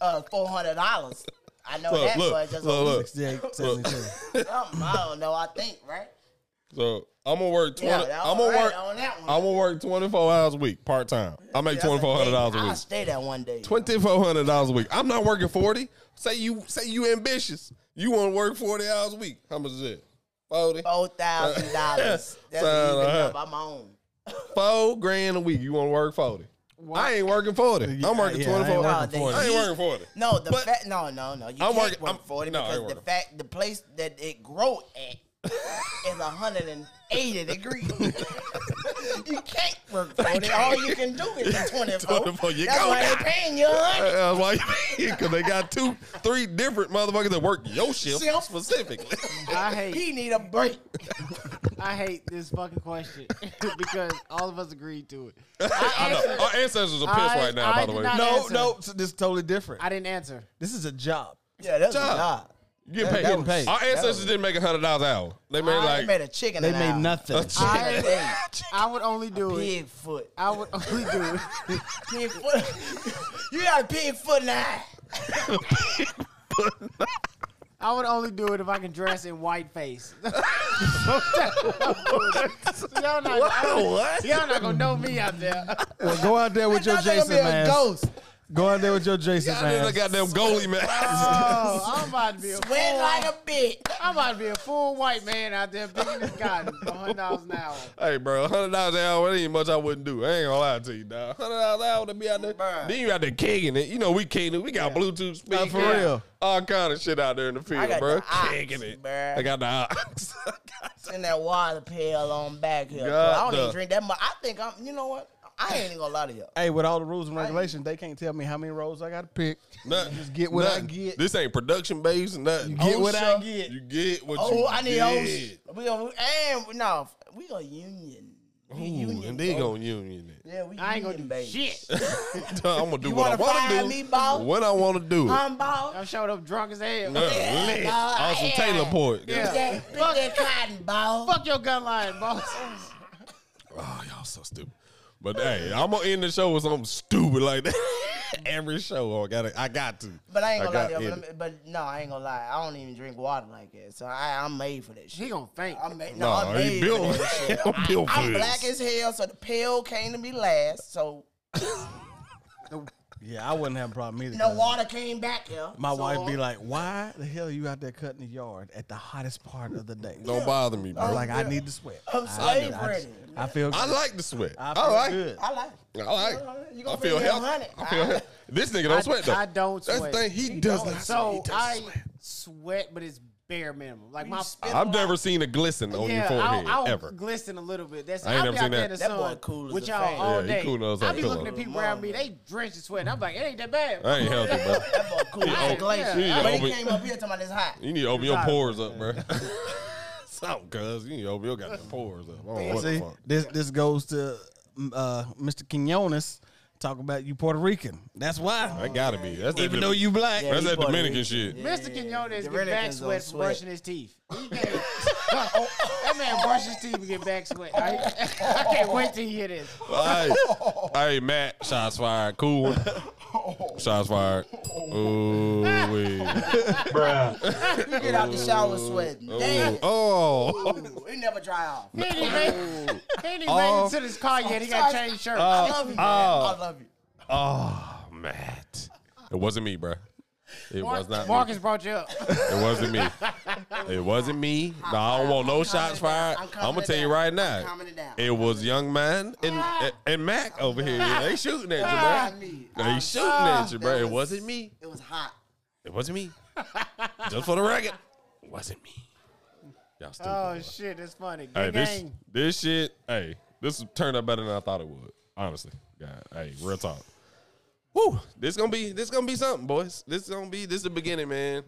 Speaker 4: uh, four hundred dollars. I know
Speaker 1: Look,
Speaker 4: that,
Speaker 1: look,
Speaker 4: but it's just
Speaker 1: look,
Speaker 4: a-
Speaker 1: look.
Speaker 3: 68, 72.
Speaker 4: something. I don't know. I think right.
Speaker 1: So I'm gonna work 20.
Speaker 4: Yeah, that
Speaker 1: I'm
Speaker 4: was
Speaker 1: gonna
Speaker 4: right
Speaker 1: work.
Speaker 4: on that one.
Speaker 1: I'm gonna work 24 hours a week part time. I make
Speaker 4: That's a
Speaker 1: 2400 dollars
Speaker 4: thing.
Speaker 1: a
Speaker 4: I'll
Speaker 1: week.
Speaker 4: stay there one day.
Speaker 1: Twenty four hundred dollars a week. I'm not working forty. Say you say you ambitious. You want to work forty hours a week. How much is it? Forty.
Speaker 4: Four thousand dollars.
Speaker 1: Sound
Speaker 4: That's the even
Speaker 1: like-
Speaker 4: number I'm on.
Speaker 1: Four grand a week. You want to work forty? I ain't working forty. I'm working
Speaker 3: yeah, I
Speaker 1: twenty
Speaker 3: ain't
Speaker 1: four.
Speaker 3: working
Speaker 1: I,
Speaker 4: No, they- 40.
Speaker 1: ain't working forty.
Speaker 4: No, the
Speaker 1: But-
Speaker 4: fact. No, no, no. You can't
Speaker 1: working-
Speaker 4: work
Speaker 1: I'm-
Speaker 4: forty
Speaker 1: no, I ain't
Speaker 4: because the
Speaker 1: working.
Speaker 4: fact the place that it grow at is hundred and eighty degrees. you can't work forty. All you can do is the twenty four.
Speaker 1: 24, you
Speaker 4: That's
Speaker 1: go
Speaker 4: why
Speaker 1: down.
Speaker 4: they paying you hundred.
Speaker 1: That's why because they got two, three different motherfuckers that work your shift
Speaker 4: Shift.
Speaker 1: specifically.
Speaker 2: I hate.
Speaker 4: He need a break.
Speaker 2: I hate this fucking question because all of us agreed to it.
Speaker 1: I know. Our ancestors are pissed
Speaker 2: I-
Speaker 1: right now.
Speaker 2: I
Speaker 1: by the
Speaker 2: did
Speaker 1: way,
Speaker 2: not-
Speaker 3: No,
Speaker 2: Answer.
Speaker 3: no, so this is totally different.
Speaker 2: I didn't answer.
Speaker 3: This is a job.
Speaker 4: Yeah, that's
Speaker 1: Job.
Speaker 4: a job.
Speaker 1: you get paid.
Speaker 3: that was-
Speaker 1: Our
Speaker 4: that
Speaker 1: ancestors
Speaker 4: was-
Speaker 1: didn't make hundred dollars an hour. They made
Speaker 4: I
Speaker 1: like
Speaker 4: made a chicken.
Speaker 3: They
Speaker 4: an
Speaker 3: made
Speaker 4: hour.
Speaker 3: nothing.
Speaker 2: I,
Speaker 4: Hey,
Speaker 2: I would only do it.
Speaker 4: Pig foot.
Speaker 2: I would only do it.
Speaker 4: Pig foot. you got a pig foot now.
Speaker 2: I would only do it if I can dress in white face. y'all, not,
Speaker 1: what?
Speaker 2: y'all not gonna know me out there.
Speaker 3: Well, go out there with your
Speaker 4: That's not
Speaker 3: Jason
Speaker 4: gonna be a
Speaker 3: mask.
Speaker 4: ghost.
Speaker 3: Go out there with your Jason
Speaker 1: I did a
Speaker 3: mask.
Speaker 1: goddamn goalie man.
Speaker 2: Oh, I'm about to be a
Speaker 4: Wet
Speaker 2: full,
Speaker 4: like a bitch.
Speaker 2: I'm about to be a full white man out there picking this cotton for hundred dollars an hour.
Speaker 1: Hey, bro, hundred dollars an hour. It ain't much I wouldn't do. I ain't gonna lie to you, dog. Hundred dollars an hour to be out there.
Speaker 4: Bruh.
Speaker 1: Then you out there kicking it. You know we kicking it. We got Bluetooth speakers.
Speaker 3: Nah, for real.
Speaker 1: All kind of shit out there in the field,
Speaker 4: got
Speaker 1: bro.
Speaker 4: the ox,
Speaker 1: Kicking it.
Speaker 4: bruh.
Speaker 1: I got the ox.
Speaker 4: in that water pail on back here.
Speaker 1: God,
Speaker 4: I don't
Speaker 1: the-
Speaker 4: even drink that much. I think I'm. You know what? I ain't even gonna lie to y'all.
Speaker 3: Hey, with all the rules and regulations, they can't tell me how many rolls I got to pick.
Speaker 1: Nothing.
Speaker 3: Just get what I
Speaker 1: Nothing.
Speaker 3: get.
Speaker 1: This ain't production based. Nothing. You
Speaker 3: get what I get.
Speaker 1: You get what you
Speaker 4: Oh, I need
Speaker 1: get.
Speaker 4: hoes. We gonna and no, we gonna union. We
Speaker 1: Ooh,
Speaker 4: union.
Speaker 1: and then
Speaker 4: bro.
Speaker 1: gonna union it.
Speaker 4: Yeah, we
Speaker 2: I
Speaker 4: union,
Speaker 2: ain't gonna do
Speaker 4: baby.
Speaker 2: shit.
Speaker 1: I'm gonna do
Speaker 4: You
Speaker 1: what I
Speaker 4: wanna fire
Speaker 1: want to
Speaker 4: me,
Speaker 1: do.
Speaker 4: boss?
Speaker 1: What I want to do.
Speaker 4: I'm ball.
Speaker 2: I showed up drunk as hell.
Speaker 1: Yeah, lit.
Speaker 4: no,
Speaker 1: on some
Speaker 4: yeah.
Speaker 1: Taylor Port.
Speaker 2: Yeah.
Speaker 4: That, pick that cotton ball.
Speaker 2: Fuck your gun line, boss.
Speaker 1: Oh, y'all so stupid. But hey, I'm gonna end the show with something stupid like that. Every show, I got to I got to.
Speaker 4: But I ain't gonna lie, to
Speaker 1: got
Speaker 4: you
Speaker 1: it.
Speaker 4: but, I'm- but no, I ain't gonna lie. I don't even drink water like that, so I, I'm made for that
Speaker 2: He
Speaker 4: shit.
Speaker 2: gonna faint.
Speaker 4: I'm made, no,
Speaker 1: No,
Speaker 4: I'm
Speaker 1: he
Speaker 4: made
Speaker 1: built.
Speaker 4: for that shit.
Speaker 1: I'm built for
Speaker 4: I'm
Speaker 1: this.
Speaker 4: black as hell, so the pill came to me last. So
Speaker 3: Yeah, I wouldn't have a problem either.
Speaker 4: no
Speaker 3: 'cause
Speaker 4: water came back here.
Speaker 3: My
Speaker 4: so,
Speaker 3: wife be like, "Why the hell are you out there cutting the yard at the hottest part of the day?"
Speaker 1: Don't bother me, bro.
Speaker 3: like I need to sweat.
Speaker 4: I'm
Speaker 3: I-
Speaker 4: slave
Speaker 3: I, I,
Speaker 4: ready.
Speaker 3: I feel. Good.
Speaker 1: I like the sweat. I,
Speaker 3: I feel
Speaker 1: like.
Speaker 3: good.
Speaker 4: I like. it.
Speaker 1: I like.
Speaker 4: You
Speaker 1: I
Speaker 4: gonna
Speaker 1: feel
Speaker 4: bring me a
Speaker 1: healthy.
Speaker 4: hundred?
Speaker 1: I feel healthy. This nigga don't sweat though.
Speaker 2: I don't
Speaker 1: That's
Speaker 2: sweat.
Speaker 1: the thing. He, does
Speaker 4: don't.
Speaker 1: not.
Speaker 2: So
Speaker 1: sweat.
Speaker 2: I sweat, but it's bare minimum. Like my
Speaker 1: He does- I've never seen a glisten on your forehead
Speaker 2: I'll, I'll
Speaker 1: ever.
Speaker 2: glisten a little bit. That's
Speaker 1: I
Speaker 2: I
Speaker 1: ain't
Speaker 2: ain't
Speaker 1: never
Speaker 2: be
Speaker 1: seen
Speaker 2: out there
Speaker 1: that.
Speaker 2: in the
Speaker 4: That boy
Speaker 2: sun
Speaker 4: cool as
Speaker 2: with
Speaker 4: a
Speaker 2: y'all
Speaker 4: fan.
Speaker 1: Yeah,
Speaker 2: all
Speaker 1: he
Speaker 2: day.
Speaker 1: cool as a
Speaker 2: I be
Speaker 1: pillow.
Speaker 2: looking at people around me. They drenched in sweat. and I'm like, it ain't that bad.
Speaker 1: I ain't healthy, bro.
Speaker 4: That boy cool.
Speaker 1: Yeah,
Speaker 4: I ain't
Speaker 1: oh, yeah,
Speaker 4: But
Speaker 1: oh,
Speaker 4: he
Speaker 1: but-
Speaker 4: came up here talking about it's hot.
Speaker 1: You need to open your
Speaker 2: Sorry.
Speaker 1: pores up, bro. Something, cuz. You need to open your goddamn pores up. I don't know what the
Speaker 3: See,
Speaker 1: fuck.
Speaker 3: this this goes to mm, uh, Mr. Quinones. Talk about you Puerto Rican. That's why.
Speaker 1: That gotta be. That's
Speaker 3: Even
Speaker 1: that,
Speaker 3: though you black,
Speaker 4: Yeah,
Speaker 1: That's
Speaker 4: he
Speaker 1: that
Speaker 4: Puerto
Speaker 1: Dominican
Speaker 4: Rican.
Speaker 1: shit.
Speaker 4: Yeah.
Speaker 2: Mr. Quinones get back
Speaker 4: Dominicans
Speaker 2: sweat
Speaker 4: don't
Speaker 2: from
Speaker 4: sweat.
Speaker 2: brushing his teeth. He get- that man brush his teeth and get back sweat. I, I can't wait till he hear this.
Speaker 1: Hey, hey, Matt, shots fired. Cool one. Shots fired. Ooh, wee.
Speaker 4: You get out the shower sweating. Damn.
Speaker 1: Ooh. Oh.
Speaker 4: Ooh, it never dry off.
Speaker 2: He ain't even made, he ain't even
Speaker 1: Oh.
Speaker 2: made it to this car yet. He got to change shirt.
Speaker 4: I love you, man. I love you.
Speaker 1: Oh, Matt. It wasn't me, bro. It was not me.
Speaker 2: Marcus brought you up.
Speaker 1: It wasn't me. It wasn't me. No, I don't want no shots
Speaker 4: calming it down.
Speaker 1: fired.
Speaker 4: I'm
Speaker 1: I'm,
Speaker 4: calming
Speaker 1: gonna
Speaker 4: it
Speaker 1: tell you
Speaker 4: down.
Speaker 1: right
Speaker 4: I'm
Speaker 1: now.
Speaker 4: calming it down.
Speaker 1: It was young man and and Mac over here. They shooting at
Speaker 4: I
Speaker 1: you,
Speaker 4: mean,
Speaker 1: bro. They
Speaker 4: I-
Speaker 1: shooting at you, bro.
Speaker 4: that
Speaker 1: It
Speaker 4: was-
Speaker 1: wasn't me.
Speaker 4: It was hot.
Speaker 1: It wasn't me. Just for the record, it wasn't me. Y'all stupid.
Speaker 2: Oh shit, that's funny.
Speaker 1: hey,
Speaker 2: Gang,
Speaker 1: this
Speaker 2: gang.
Speaker 1: this shit. Hey, this turned out better than I thought it would. Honestly, God. Hey, real talk. Woo! This gonna be this gonna be something, boys. This gonna be this the beginning, man.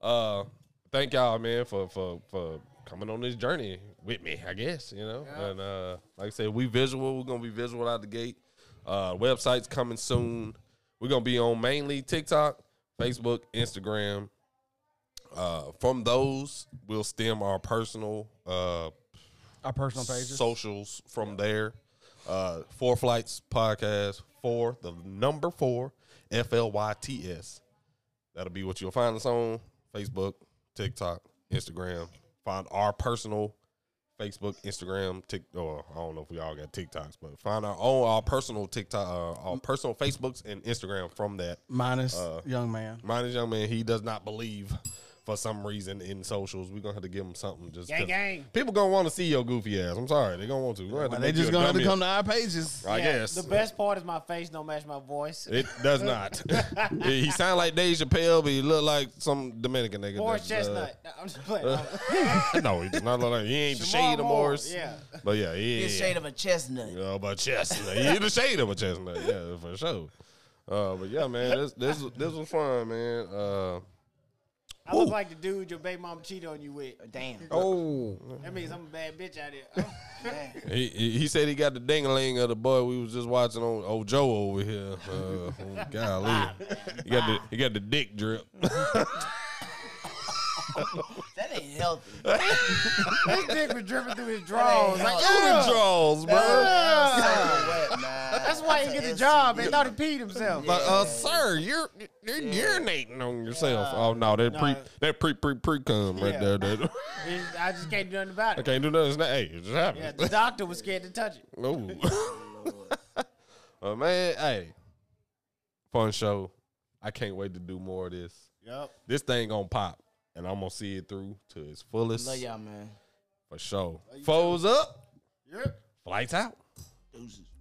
Speaker 1: Uh, thank y'all, man, for for for coming on this journey with me. I guess you know, and uh, like I said, we visual. We're gonna be visual out the gate. Uh, websites coming soon. We're gonna be on mainly TikTok, Facebook, Instagram. Uh, from those, we'll stem our personal uh
Speaker 3: Our personal pages.
Speaker 1: socials from there. Uh, four flights podcast four the number four F L Y T S. That'll be what you'll find us on Facebook, TikTok, Instagram. Find our personal Facebook, Instagram, Tik. Or I don't know if we all got TikToks, but find our own our personal TikTok, uh, our personal Facebooks and Instagram from that.
Speaker 3: minus
Speaker 1: Uh,
Speaker 3: young man.
Speaker 1: Mine is young man. He does not believe for some reason in socials. We're gonna have to give him something. Just 'cause
Speaker 2: Gang, gang.
Speaker 1: people gonna want to see your goofy ass. I'm sorry, they gonna want to. We're gonna have to
Speaker 3: Well, they
Speaker 1: make you
Speaker 3: just
Speaker 1: a
Speaker 3: gonna have to
Speaker 1: dummy.
Speaker 3: come to our pages.
Speaker 1: I
Speaker 2: Yeah,
Speaker 1: guess
Speaker 2: The best part is my face don't match my voice.
Speaker 1: It does not. he sound like Dave Chappelle, but he look like some Dominican nigga.
Speaker 2: Morris
Speaker 1: that's, uh,
Speaker 2: Chestnut. No, I'm just playing.
Speaker 1: no, he does not look like he ain't the
Speaker 2: Jamal
Speaker 1: shade of
Speaker 2: Moore,
Speaker 1: Morris.
Speaker 2: yeah.
Speaker 1: but yeah, he
Speaker 4: It's shade of a chestnut.
Speaker 1: You know, about chestnut. you the shade of a chestnut, yeah, for sure. Uh, but yeah, man, this this this was fun, man. Uh,
Speaker 2: I look like the dude your baby mom cheated on you with.
Speaker 4: Damn.
Speaker 3: Oh,
Speaker 2: That means I'm a bad bitch Oh. out here.
Speaker 1: He, he he said he got the ding-a-ling of the boy we was just watching on old Joe over here. Uh, golly, he got the he got the dick drip.
Speaker 4: That ain't healthy.
Speaker 2: His dick was dripping through his drawers. Like,
Speaker 1: Who the
Speaker 2: yeah.
Speaker 1: draws, bro? Ah.
Speaker 4: That's so wet, man.
Speaker 2: That's why he didn't get the
Speaker 4: That's
Speaker 2: job. They thought he peed himself.
Speaker 1: But uh, sir, you're you're urinating on yourself. Oh no, that pre that pre pre pre cum right
Speaker 2: Yeah.
Speaker 1: there. That,
Speaker 2: It's- I just can't do nothing about
Speaker 1: I
Speaker 2: it.
Speaker 1: can't do nothing. It's not, hey, it just
Speaker 2: Yeah,
Speaker 1: happened.
Speaker 2: the doctor was scared to touch it.
Speaker 1: Oh, but man, hey, fun show. I can't wait to do more of this.
Speaker 2: Yep.
Speaker 1: This thing gonna pop, and I'm gonna see it through to its fullest.
Speaker 4: Love y'all, man.
Speaker 1: For sure. Foes up,
Speaker 2: Yep.
Speaker 1: flights out.
Speaker 4: Deuces.